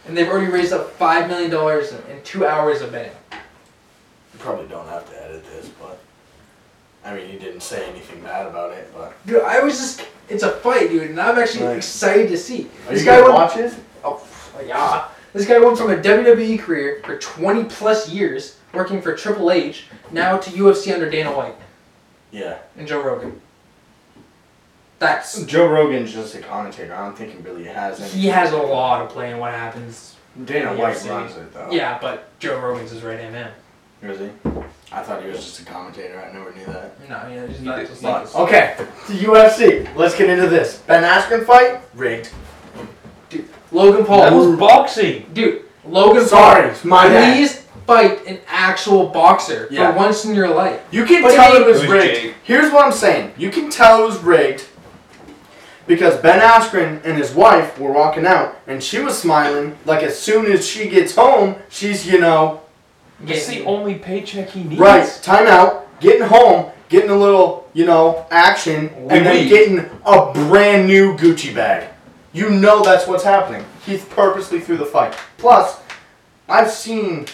And they've already raised up five million dollars in, in two hours of betting. You probably don't have to edit this, but I mean, you didn't say anything bad about it, but Dude, I was just. It's a fight, dude, and I'm actually Nice. excited to see. are This you guy gonna went. watch it? Oh, yeah. This guy went from a WWE career for 20 plus years, working for Triple H, now to UFC under Dana White Yeah. and Joe Rogan. That's. Joe Rogan's just a commentator. I don't think he really has any. He has a law to play in what happens. Dana White Yes, he- runs it though. Yeah, but Joe Rogan's his right hand man. Is he? I thought he was just a commentator. I never knew that. No, I mean, it's He not did- just he like. did- Okay, the UFC. Let's get into this. Ben Askren fight rigged. Logan That Paul. was boxing. Dude, Logan Sorry, it's my Paul. bad. Please fight an actual boxer Yeah. for once in your life. You can But tell he- it was, It was rigged. Jake. Here's what I'm saying. You can tell it was rigged because Ben Askren and his wife were walking out, and she was smiling. Like as soon as she gets home, she's you know It's the only paycheck he needs. right time out, getting home, getting a little you know action, and then Oui. getting a brand new Gucci bag. You know that's what's happening. He's purposely through the fight. Plus, I've seen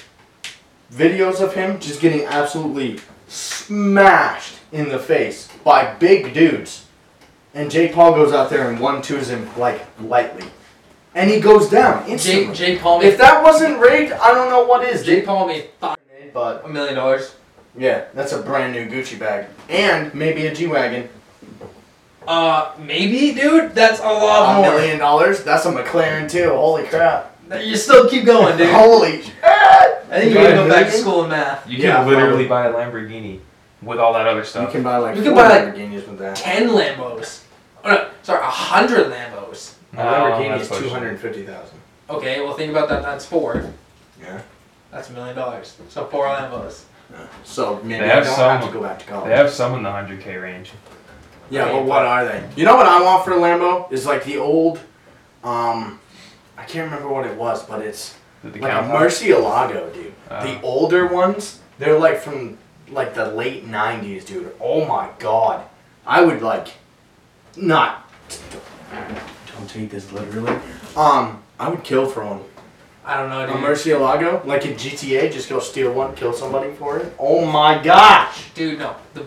videos of him just getting absolutely smashed in the face by big dudes. And Jake Paul goes out there and one twos him like lightly. And he goes down instantly. Jake, Jake Paul if made, that wasn't rigged, I don't know what is. Jake Paul made five, But a million dollars. yeah, that's a brand new Gucci bag. And maybe a G Wagon. Uh, maybe, dude. That's a lot A more. million dollars? That's a McLaren too. Holy crap. You still keep going, dude. I Holy shit. think you're gonna go back to Really? school in math. You Yeah, can probably. literally buy a Lamborghini with all that other You stuff. can buy like You you can can buy, like, with that. Ten Lambos. Oh, no, sorry, a hundred Lambos. A No, Lamborghini Oh, that's is pushing two it. hundred and fifty thousand. Okay, well think about that. That's four. Yeah. That's a million dollars. So four Lambos. So maybe They I have don't some- have to go back to college. They have some in the 100k range. Yeah, but what are they? You know what I want for a Lambo is like the old, um, I can't remember what it was, but it's Did the like a count? Murcielago, dude. Uh, the older ones, they're like from like the late '90s, dude. Oh my god, I would like, not. Don't take this literally. Um, I would kill for one. I don't know, A dude. Murcielago, like in GTA, just go steal one, kill somebody for it. Oh my gosh. Dude, no. The,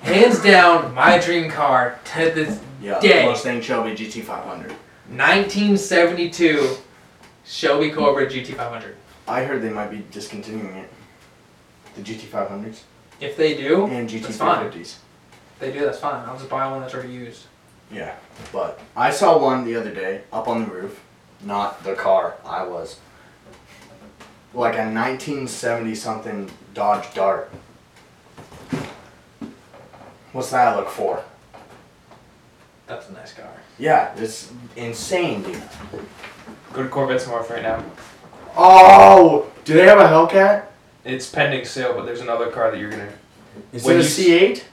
hands down, my dream car to this Yeah. Dang. Mustang Shelby GT500. 1972 Shelby Cobra GT500. I heard they might be discontinuing it. The GT500s If they do, and that's fine. GT350s. If they do, that's fine. I'll just buy one that's already used. Yeah, but I saw one the other day up on the roof. Not the car I was. Like a 1970 something Dodge Dart. What's that look for? That's a nice car. Yeah, it's insane, dude. Go to Corvette's North right now. Oh, do they have a Hellcat? It's pending sale, but there's another car that you're gonna. Is When it a you s- C8?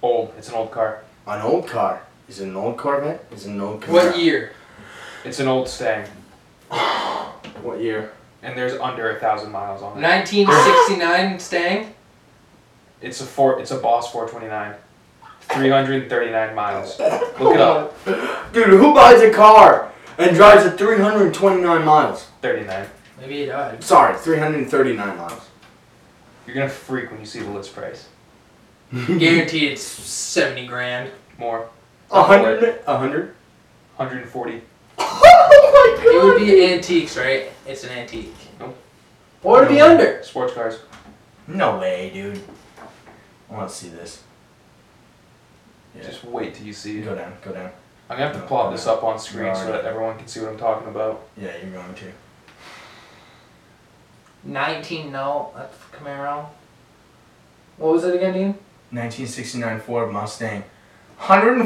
Old. It's an old car. An old car. Is it an old Corvette? Is it an old Camaro? What year? It's an old Stang, What year? and there's under a thousand miles on it. 1969 Stang? It's a four. It's a Boss 429. 339 miles. Look it [LAUGHS] up. [GASPS] Dude, who buys a car and drives it 329 miles? 39. Maybe he died. Sorry, 339 miles. You're gonna freak when you see the list price. Guaranteed it's 70 grand. More. 100? [LAUGHS] 100? 140. Oh my It would be antiques, right? It's an antique. Nope. Or it'd be No. under. Sports cars. No way, dude. I want to see this. Yeah. Just wait till you see it. Go down, go down. I'm gonna have to plot this up on screen so that everyone can see what I'm talking about. Yeah, you're going to. 19, no. That's Camaro. What was it again, Dean? 1969 Ford Mustang. $140,000.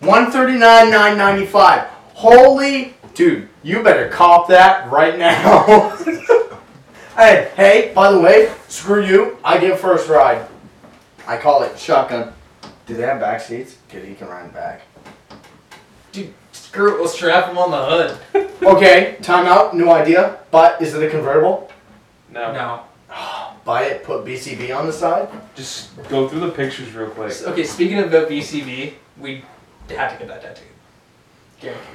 139,995. Holy dude, you better cop that right now. [LAUGHS] hey, hey, by the way, screw you. I get first ride. I call it shotgun. Do they have back seats? Cause he can ride back. Dude, screw it. We'll strap him on the hood. Okay, timeout, new idea. But is it a convertible? No. No. Buy it, put BCB on the side. Just go through the pictures real quick. Okay, speaking about VCV, we had to get that tattoo. Guaranteed.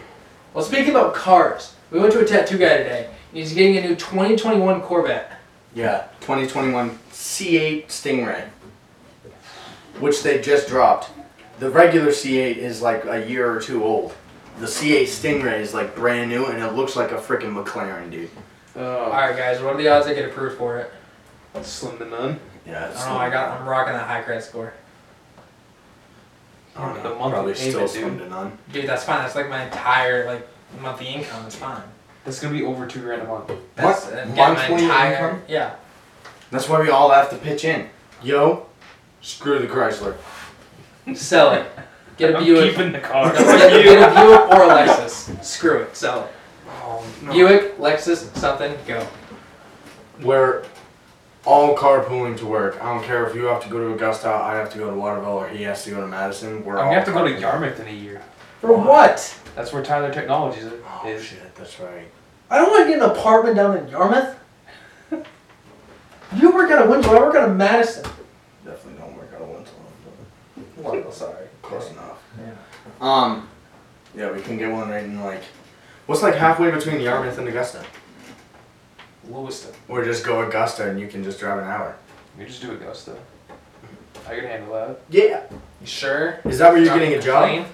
Well, speaking about cars, we went to a tattoo guy today. and He's getting a new 2021 Corvette. Yeah, 2021 C8 Stingray, which they just dropped. The regular C8 is like a year or two old. The C8 Stingray is like brand new and it looks like a freaking McLaren, dude. All Uh, right, guys, what are the odds I get approved for it? slim to none. Yeah, I don't know. I got. I'm rocking that high credit score. I don't know, the monthly probably still payment, slim dude. to none. Dude, that's fine. That's like my entire like monthly income. It's fine. That's gonna be over two grand a month. That's Mon- I'm getting monthly income? Yeah. That's why we all have to pitch in. Yo, screw the Chrysler. Sell it. Get a I'm Buick. keeping the [LAUGHS] car. No, get, a- [LAUGHS] get a Buick or a Lexus. Screw it. Sell it. Oh, no. Buick, Lexus, something. Go. We're all carpooling to work. I don't care if you have to go to Augusta, I have to go to Waterville, or he has to go to Madison. We're I'm all gonna have to go to carpooling. Yarmouth in a year. For what? That's where Tyler Technologies is. Oh shit, that's right. I don't want to get an apartment down in Yarmouth. You work out of Winslow, I work out of Madison. Definitely don't work out of one time. [LAUGHS] Well, sorry. Close enough. Yeah. Um, yeah, we can get one right in like, what's like halfway between Yarmouth and Augusta? Lewiston. Or just go Augusta and you can just drive an hour. You just do Augusta. I can handle that. Yeah. You sure? Is that where you're Not getting a job? complain?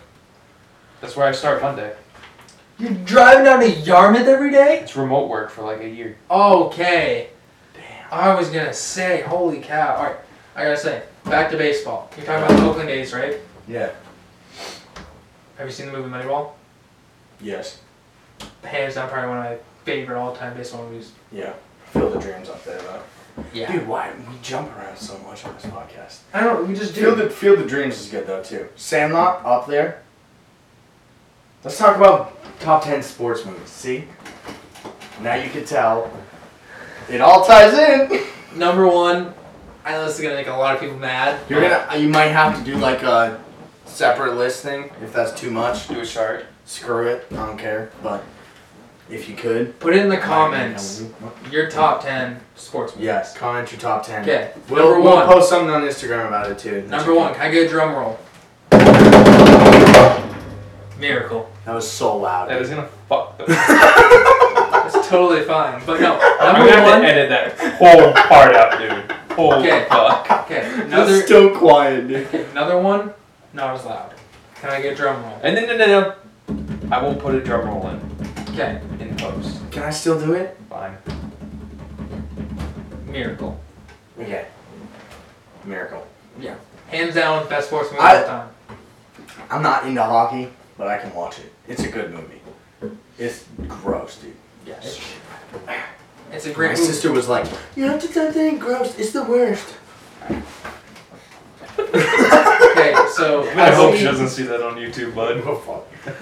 That's where I start Monday. You're driving down to Yarmouth every day? It's remote work for like a year. Okay. Damn. I was gonna say, holy cow. Alright, I gotta say, back to baseball. You're talking about the Oakland A's, right? Yeah. Have you seen the movie Moneyball? Yes. Hands down, probably one of my favorite all-time baseball movies. Yeah. Fill the dreams up there, though. Yeah. Dude, why we jump around so much on this podcast? I don't know. We just Field do. of, Field of Dreams is good though too. Sandlot up there. Let's talk about top ten sports movies. See, now you can tell it all ties in. Number one. I know this is gonna make a lot of people mad. You're gonna, uh, you might have to do like a separate list thing if that's too much. Do a chart. Screw it, I don't care. But if you could, put it in the comments. Your top ten sports movies. Yes, comment your top ten. Okay. We'll, number we'll one. post something on Instagram about it too. number one. Can I get a drum roll? Miracle. That was so loud. [LAUGHS] That is gonna fuck. The- I'm That's totally fine. But [LAUGHS] no. gonna Number have to one. edit that whole part out, dude. Holy Okay. fuck. Okay. Another. Just so quiet, dude. Another one, not as loud. Can I get a drum roll? And then no no no. I won't put a drum roll in Okay, in post. Can I still do it? Fine. Miracle. Okay. Miracle. Hands down, best sports movie I- of all time. I'm not into hockey, but I can watch it. It's a good movie. It's gross, dude. Yes. It's a My great movie. sister was like, "You have to tell that ain't gross. It's the worst." Okay, [LAUGHS] so I hope she Kelsey, doesn't see that on YouTube, bud.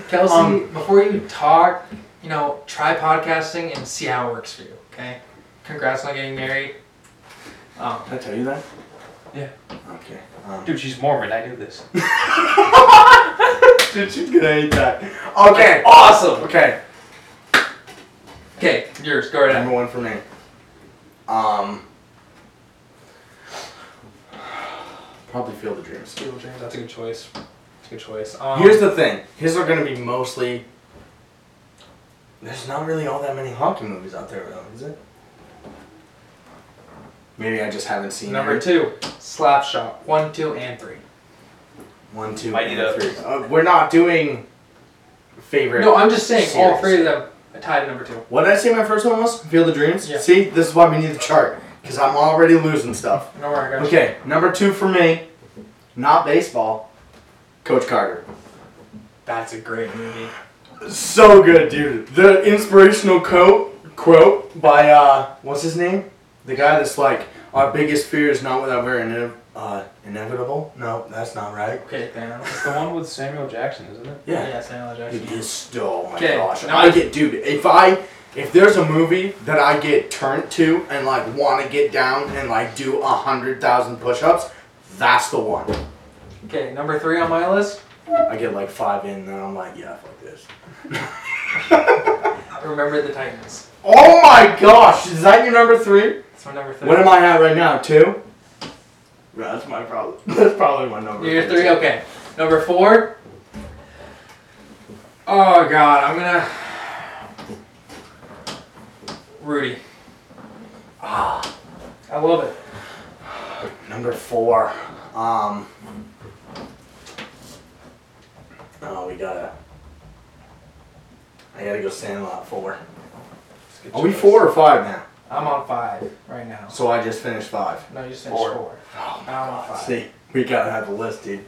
Kelsey Um, before you talk, you know, try podcasting and see how it works for you. Okay. Congrats on getting married. Um, Did I tell you that? Yeah. Okay. Um, [LAUGHS] Dude, she's Mormon. I knew this. dude, she's gonna hate that. Okay. Awesome. Okay. Okay, yours. Go right ahead. Number one for me. Um. [SIGHS] Probably Field of Dreams. Field of Dreams, That's a good choice. That's a good choice. Um, Here's the thing. His are gonna be mostly. There's not really all that many hockey movies out there, though, is it? Maybe I just haven't seen number it. two, Slapshot. One, two, and three. One, two, Might need and a- three. Uh, we're not doing favorite. No, I'm just saying all Series. three of them are tied at number two. What did I say my first one was? Field of Dreams. Yeah. See, this is why we need the chart because I'm already losing stuff. No worry, I got you. Okay, number two for me, not baseball. Coach Carter. That's a great movie. So good, dude. The inspirational quote quote by uh, what's his name? The guy that's like, "Our biggest fear is not without we're inev- uh, inevitable." No, that's not right. Okay, Thanos. It's the one with Samuel Jackson, isn't it? Yeah. Samuel It Jackson. is still. Oh my Okay, gosh! now I it's- get, dude. If I if there's a movie that I get turned to and like want to get down and like do a hundred thousand push-ups, that's the one. Okay, number three on my list. I get like five in, and then I'm like, yeah, fuck this. Remember the Titans. Oh my gosh! Is that your number three? That's my number three. What am I at right now? Two. That's my problem. [LAUGHS] That's probably my number. You're three. Okay, number four. Oh God, I'm gonna. Rudy. Ah, I love it. number four. Um. Oh, we gotta. I gotta go Sandlot four. It's a good Are we choice. four or five now? I'm on five right now. So I just finished five. No, you just finished Four. four. Oh, I'm on five. See, we gotta have the list, dude.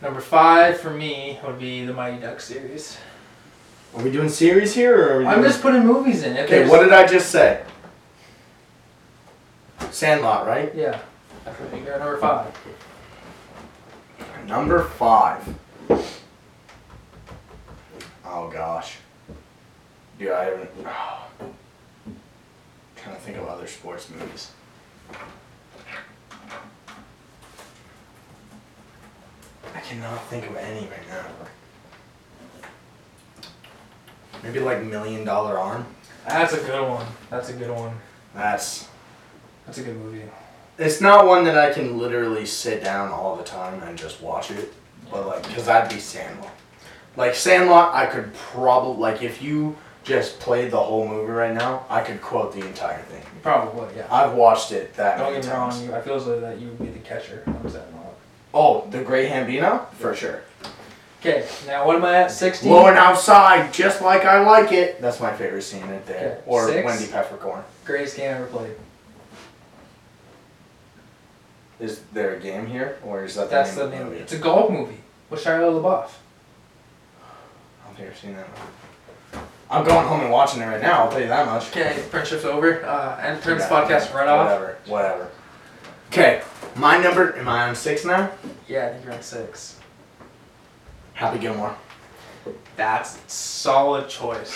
Number five for me would be the Mighty Duck series. Are we doing series here, or are we I'm doing- just putting movies in. If Okay, there's- what did I just say? Sandlot, right? Yeah. I think you're at number five. Number five. Oh gosh. Dude, I haven't. oh. trying to think of other sports movies. I cannot think of any right now. Maybe like Million Dollar Arm. That's a good one. That's a good one. That's. That's a good movie. It's not one that I can literally sit down all the time and just watch it. But like, cause I'd be Sandlot. Like Sandlot, I could probably like if you just played the whole movie right now, I could quote the entire thing. Probably, yeah. I've watched it that Don't many get me times. wrong. You, I feel as though that you would be the catcher. I'm saying that. Oh, the Great Hambino for sure. Okay, now what am I at? 16? Blowing outside, just like I like it. That's my favorite scene right there. Okay, Or six. Wendy Peppercorn. Greatest game I ever played. Is there a game here, or is that the That's name the of the name. movie? It's a golf movie with Shia LaBeouf. I don't think I've seen that one. I'm going home and watching it right now. I'll tell you that much. Okay, friendship's over. Uh, and turn this Yeah. podcast right off. Whatever. Whatever. Okay. My number. Am I on six now? Yeah, I think you're on six. Happy Gilmore. That's solid choice.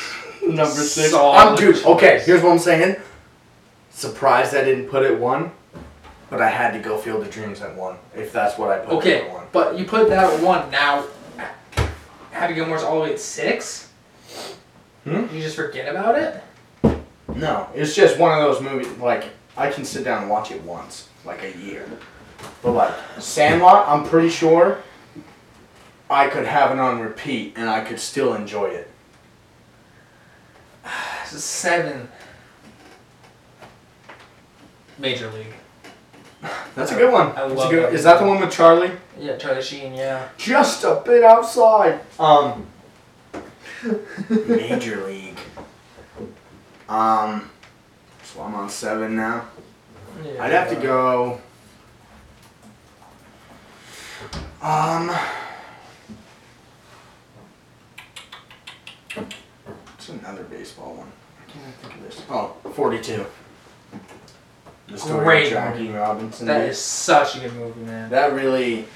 number six. I'm dude. Solid Okay. choice. Here's what I'm saying. Surprised I didn't put it one, but I had to go Field of Dreams at one. If that's what I put it at Okay, one. but you put that at one now. Happy Gilmore's all the way at six. Hmm? You just forget about it. No, it's just one of those movies. Like I can sit down and watch it once, like a year. But like Sandlot, I'm pretty sure I could have it on repeat and I could still enjoy it. [LAUGHS] This is seven. Major League. That's a good one. I That's a love good- that Is that the one with Charlie? Yeah, Charlie [LAUGHS] Sheen. Yeah. Just a bit outside. Um, Major League. Um, so I'm on seven now. yeah. I'd have to go. Um. It's another baseball one. I can't think of this. Oh, 42. The story Great of Jackie Robinson. That dude. is such a good movie, man. that really,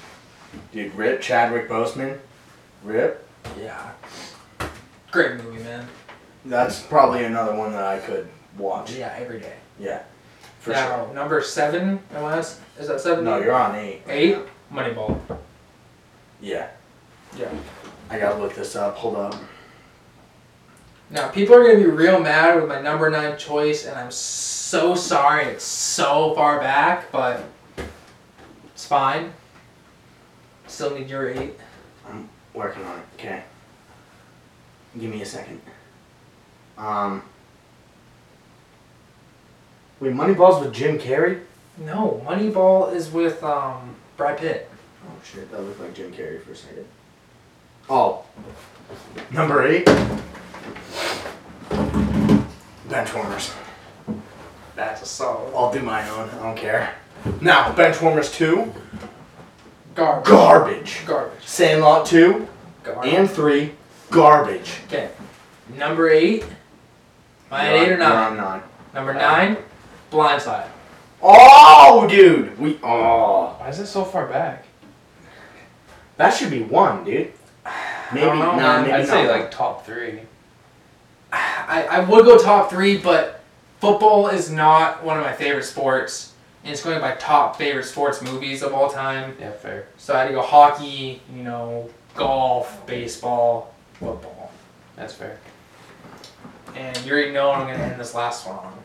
dude. Rip Chadwick Boseman. Rip. Yeah. Great movie, man. That's probably another one that I could watch. Yeah, every day. Yeah, for now, number seven, am I s- Is that sure. seven? No, you're on eight. right Eight? now. Moneyball. Yeah. Yeah. I gotta look this up. Hold up. Now, people are going to be real mad with my number nine choice, and I'm so sorry it's so far back, but it's fine. Still need your eight. Working on it. Okay. Give me a second. Um. Wait, Moneyball's with Jim Carrey? No, Moneyball is with um, Brad Pitt. Oh shit, that looked like Jim Carrey for a second. Oh. Number eight. Benchwarmers. That's a solid. I'll do my own. I don't care. Now, Benchwarmers two, Garbage. garbage. Garbage. Sandlot two Garbage. and three, garbage. okay. Number eight. Am I at You're eight or on- nine? you're on nine. Number nine, Blindside. Oh, dude, we oh. Why is it so far back? That should be one, [SIGHS] dude. Maybe don't know, no, man. maybe I'd say not. like top three. I, I would go top three, but football is not one of my favorite sports. And it's going to be my top favorite sports movies of all time. Yeah, fair. So I had to go hockey, you know, golf, baseball, football. That's fair. And you already know what I'm going to end this last one on.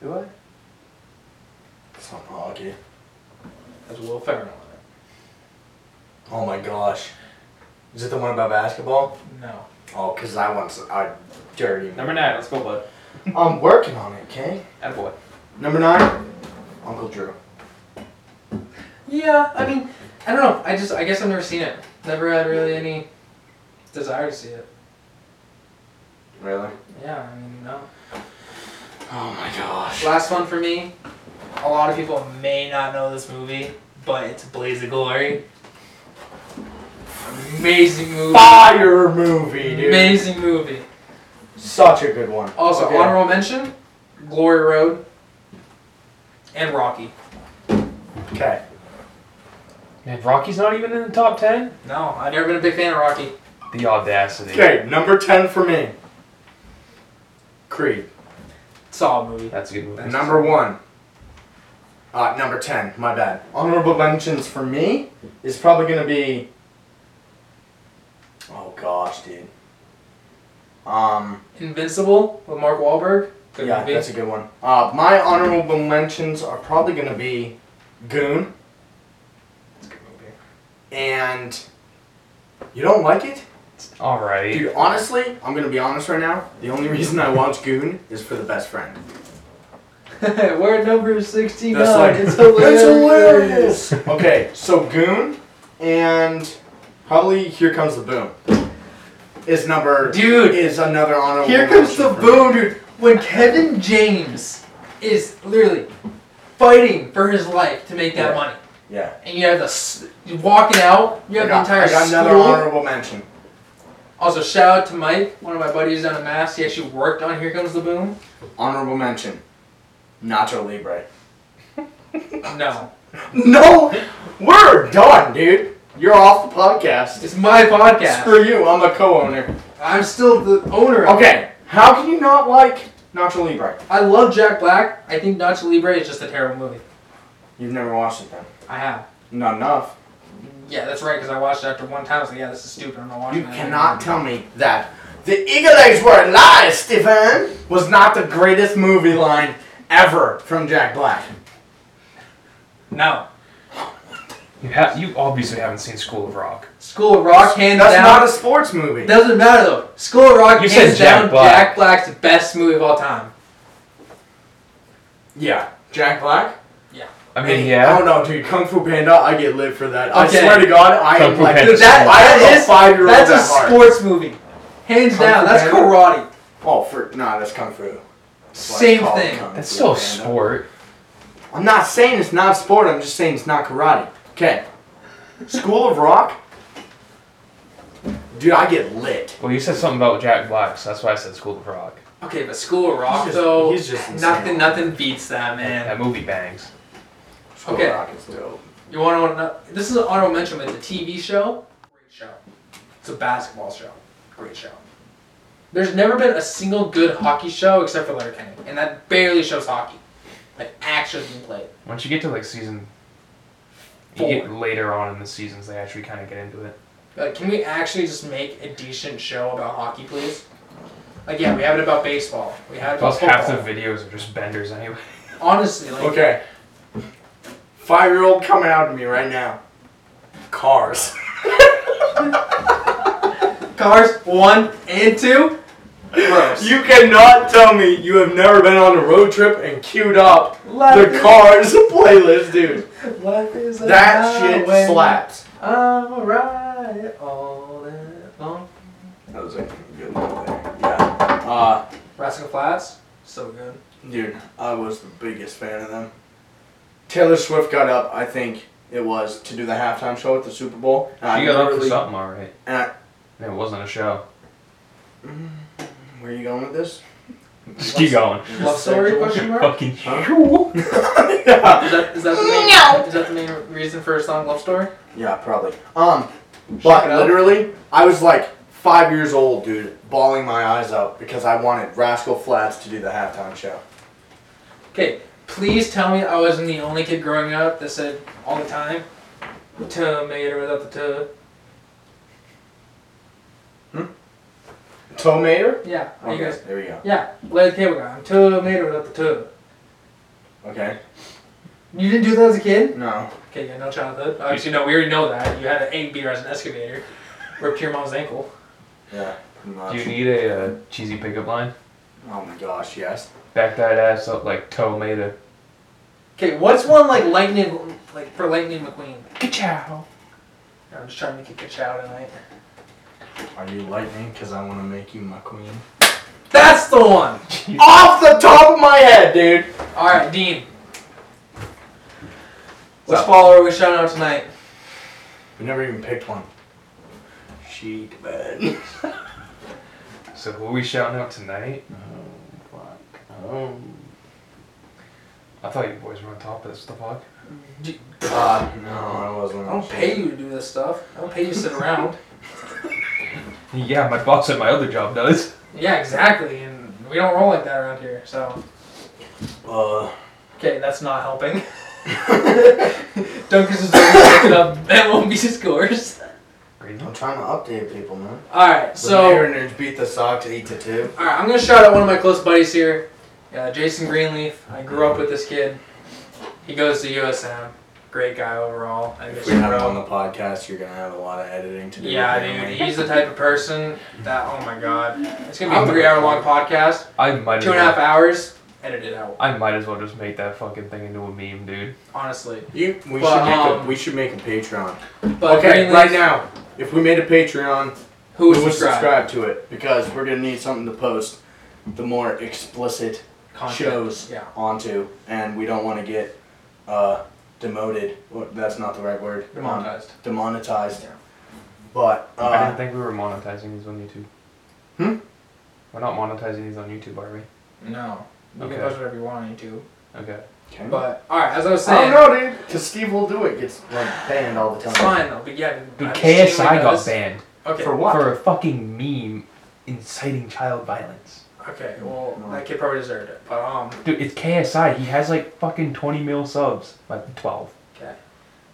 Do I? It's not hockey. That's Will Ferrell on Oh my gosh, is it the one about basketball? it. No. Oh, cause I want some, I dirty. Number nine. Let's go, bud. I'm working on it, okay? Attaboy. Number nine, Uncle Drew. Yeah, I mean, I don't know. I just, I guess I've never seen it. Never had really any desire to see it. Really? Yeah, I mean, no. Oh my gosh. Last one for me. A lot of people may not know this movie, but it's Blaze of Glory. Amazing movie. Fire movie, dude. Amazing movie. Such a good one. Also, Okay. honorable mention Glory Road and Rocky. Okay. Man, Rocky's not even in the top ten. No, I've never been a big fan of Rocky. The audacity. Okay, number ten for me. Creed. Solid movie. That's a good movie. Number one. Uh, number ten. My bad. Honorable mentions for me is probably gonna be. Oh gosh, dude. Um. Invincible with Mark Wahlberg. Good yeah, movie. that's a good one. Uh, my honorable mentions are probably gonna be Goon It's a good movie. and. You don't like it, All right. dude? Honestly, I'm gonna be honest right now. The only reason I watch Goon is for the best friend. [LAUGHS] We're at number 16 That's now. like- it's hilarious. okay, so Goon and probably Here Comes the Boom is number Dude. is another honorable. Here comes mention the for me. boom, dude. When Kevin James is literally fighting for his life to make that Yeah. money, Yeah, and you have the s- you walking out, you I have got, the I entire got school. another honorable mention. Also, shout out to Mike, one of my buddies down in Mass. He actually worked on Here Comes the Boom. Honorable mention. Nacho Libre. No, No! We're done, dude. You're off the podcast. it's my podcast. Screw you, I'm the co-owner. I'm still the owner. of it. Okay, how can you not like Nacho Libre? I love Jack Black. I think Nacho Libre is just a terrible movie. You've never watched it then. I have. Not enough. Yeah, that's right. Because I watched it after one time. I was like, yeah, this is stupid. I'm not watching. You that cannot tell me that the Eagle Eggs were lies, Stefan! Was not the greatest movie line ever from Jack Black. anymore. No. You have you obviously haven't seen School of Rock. School of Rock, hands That's down. not a sports movie. Doesn't matter though. School of Rock You said hands Jack down Black. Jack Black's best movie of all time. yeah, Jack Black? I mean, I yeah. don't know, dude. Kung Fu Panda, I get lit for that. I Okay. swear to God, I Kung am Fu like, Panda. That- I that am a is- five-year-old That's a at heart. sports movie. Hands Kung down, Fu that's Panda? karate. Oh, for, nah, that's Kung Fu. That's why it's Same called thing. Kung That's Fu still a Panda. sport. I'm not saying it's not sport. I'm just saying it's not karate. Okay. School of Rock. Dude, I get lit. Well, you said something about Jack Black, so that's why I said School of Rock. Okay, but School of He's Rock just- though, he's just insane. nothing, nothing beats that man. That movie bangs. School Okay. of Rock is dope. You want to know? This is an honorable mention, but the TV show, great show. It's a basketball show, great show. There's never been a single good hockey show except for Letterkenny, and that barely shows hockey, like actually being played. Once you get to like season, Four. you get later on in the seasons, they actually kind of get into it. Like, can we actually just make a decent show about hockey, please? Like, yeah, we have it about baseball. We have it about Plus, half the football. videos are just benders anyway. Honestly, like, Okay. Five-year-old coming out to me right now. Cars. Cars one and two. Gross. [LAUGHS] You cannot tell me you have never been on a road trip and queued up [LAUGHS] the Cars playlist, dude. Life is a That shit highway. slaps. I'm alright all night long. That was a good one there. Yeah. Uh, Rascal Flats, so good. Dude, I was the biggest fan of them. Taylor Swift got up, I think it was, to do the halftime show at the Super Bowl. And She I got up for literally- something, all right. and I- It wasn't a show. Where are you going with [LAUGHS] this? Just keep going. Love story? Question mark. Fucking [LAUGHS] yeah. Is that, is that the main? Is that the main reason for a song, Love Story? yeah, probably. Um, Shut but up. literally, I was like five years old, dude, bawling my eyes out because I wanted Rascal Flats to do the halftime show. Okay, please tell me I wasn't the only kid growing up that said all the time, tomato without the Tomator? tub. Yeah, are you Okay, guys? there we go. Yeah, lead cable guy. I'm tomato without the tub. Okay. You didn't do that as a kid? No. Okay, yeah, no childhood. Obviously, Oh, no, we already know that. You had an egg beater as an excavator, ripped your mom's ankle. Yeah, pretty much. Do you need a uh, cheesy pickup line? oh my gosh, yes. Back that ass up like toe made a. Okay, what's one like lightning, like for Lightning McQueen? [LAUGHS] Ka-chow. I'm just trying to make a chow tonight. Are you lightning? Because I want to make you my queen. That's the one. Off the top of my head, dude. All right, Dean. Which What's up? follower are we shouting out tonight? We never even picked one. Sheet man. So who are we shouting out tonight? Oh, fuck. Oh. I thought you boys were on top of this. What the fuck? Do- Uh, God, no, I wasn't. I don't pay you to do this stuff. I don't pay you to sit around. Yeah, my boss at my other job does. [LAUGHS] Yeah, exactly. And we don't roll like that around here. So, Uh. okay, that's not helping. [LAUGHS] Dunker's is over. it up. [LAUGHS] That won't be his scores. I'm trying to update people, man. All right, So so. Mariners beat the Sox eight to two. All right, I'm gonna shout out one of my close buddies here, uh, Jason Greenleaf. I grew up with this kid. He goes to USM. Great guy overall. I If miss we him, have him on bro. the podcast, you're gonna have a lot of editing to do. Yeah, with him, dude, right? he's the type of person that. Oh my god, it's gonna be I'm a three-hour-long podcast, I might as two and a well- half hours. Edit it out, I might as well just make that fucking thing into a meme, dude. honestly. [LAUGHS] You, we But, should make a um, we should make a Patreon. But okay, Greenleaf, right now, if we made a Patreon, who we would would subscribe? subscribe to it because we're gonna need something to post the more explicit Content. shows Yeah. onto, and we don't want to get uh, demoted. Well, that's not the right word. Demonetized. Um, demonetized. Yeah. But I didn't uh, think we were monetizing these on YouTube. Hmm? We're not monetizing these on YouTube, are we? No. You Okay. can post whatever you want on YouTube. Okay. can we? But, alright, as I was I saying. don't know, Oh, dude. Because Steve will do it. Gets like banned all the time. It's fine though, but yeah. Dude, I've seen what he KSI got does. banned Okay. For what? for a fucking meme inciting child violence. Okay, well, that kid probably deserved it. But, um, Dude, it's KSI. He has like fucking 20 mil subs. Like 12. okay.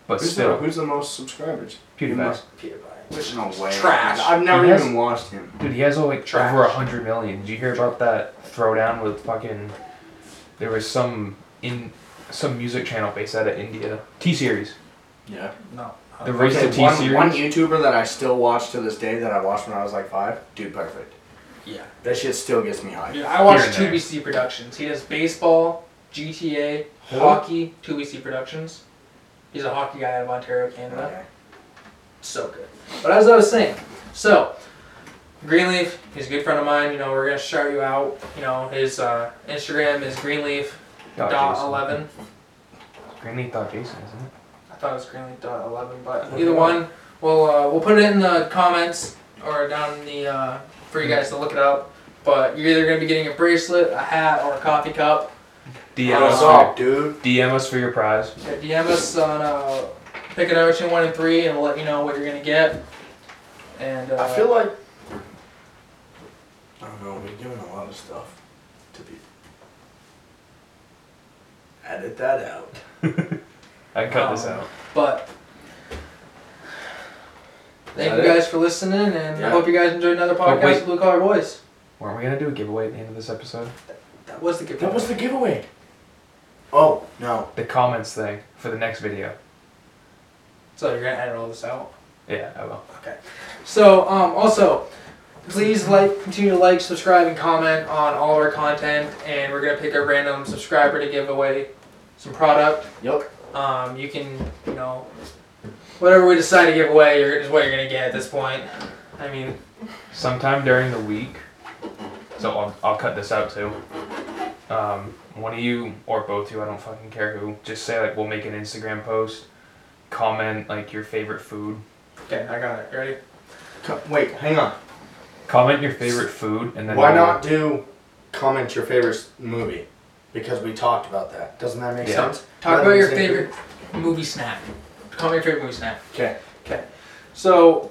But who's, the, still, who's the most subscribers? PewDiePie. must- PewDiePie. There's no way. Trash. I've never He has- even watched him. Dude, he has all like Trash. over a hundred million. Did you hear about that throwdown with fucking? There was some in some music channel based out of India. T series. Yeah. No. The Uh, race Okay, to T one, series. one YouTuber that I still watch to this day that I watched when I was like five, dude, perfect. yeah. That shit still gets me high. Dude, I watch Here and there. 2BC Productions. He does baseball, GTA, hockey, 2BC Productions. He's a hockey guy out of Ontario, Canada. Okay. so good. But as I was saying, so Greenleaf, he's a good friend of mine. You know, we're gonna shout you out. You know, his uh, Instagram is Greenleaf Dot dot Jason. eleven. Greenleaf dot Jason, isn't it? I thought it was Greenleaf dot eleven, but Look it either up. one. We'll uh, we'll put it in the comments or down in the uh, for you guys to look it up. But you're either gonna be getting a bracelet, a hat, or a coffee cup. DM Uh, us. What's For, up, dude? DM us for your prize. [LAUGHS] Yeah, DM us on uh, pick it out between one and three, and we'll let you know what you're gonna get. And uh, I feel like I don't know. We're giving a lot of stuff to people. Edit that out. I can cut this Um, out. But thank that you it? guys for listening, and I Yeah. hope you guys enjoyed another Oh, podcast wait. of Blue Collar Boys. Weren't we gonna do a giveaway at the end of this episode? That was the good. That was the giveaway. Oh no. The comments thing for the next video. So you're gonna edit all this out. Yeah, I will. Okay. So um, also, please like, continue to like, subscribe, and comment on all our content, and we're gonna pick a random subscriber to give away some product. Yup. Um, you can, you know, whatever we decide to give away you're, is what you're gonna get at this point. I mean, Sometime during the week. So I'll, I'll cut this out too. Um, one of you or both of you, I don't fucking care who. Just say like we'll make an Instagram post. Comment like your favorite food. okay, I got it. You ready? Co- Wait, hang on. Comment your favorite food and then Why we'll- not do comment your favorite s- movie? Because we talked about that. Doesn't that make Yeah. sense? Talk That about your makes sense. favorite movie snack. Call me your favorite movie snack. Okay. So,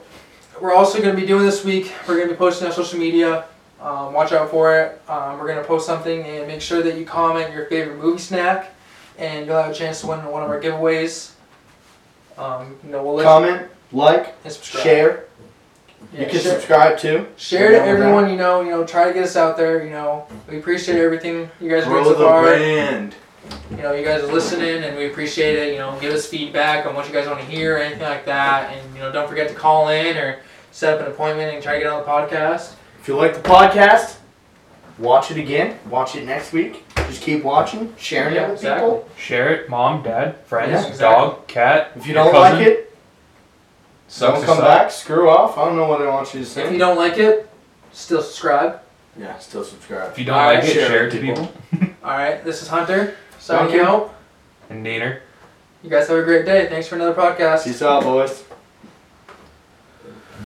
we're also going to be doing this week. We're going to be posting on social media. Um, watch out for it. Um, we're going to post something and make sure that you comment your favorite movie snack, and you'll have a chance to win one of our giveaways. Um, you know, we'll let Comment, like, and subscribe. share. Yeah, you can share. subscribe too. Share to Remember that. everyone you know. You know, try to get us out there. You know, we appreciate everything you guys are Grow doing so the far. brand. you know, you guys are listening and we appreciate it. You know, give us feedback on what you guys want to hear or anything like that. And, you know, don't forget to call in or set up an appointment and try to get on the podcast. If you like the podcast, watch it again. Watch it next week. Just keep watching, sharing Yeah, it with exactly. people. Share it, mom, dad, friends, Yeah, exactly. dog, cat. If you your don't cousin, like it, sucks don't to come suck. back. Screw off. I don't know what I want you to If you say. don't like it, still subscribe. Yeah, still subscribe. If you don't All like right, it, share share it with to people. people. All right, this is Hunter signing Thank you. out. And Neener. You guys have a great day. Thanks for another podcast. Peace out, boys.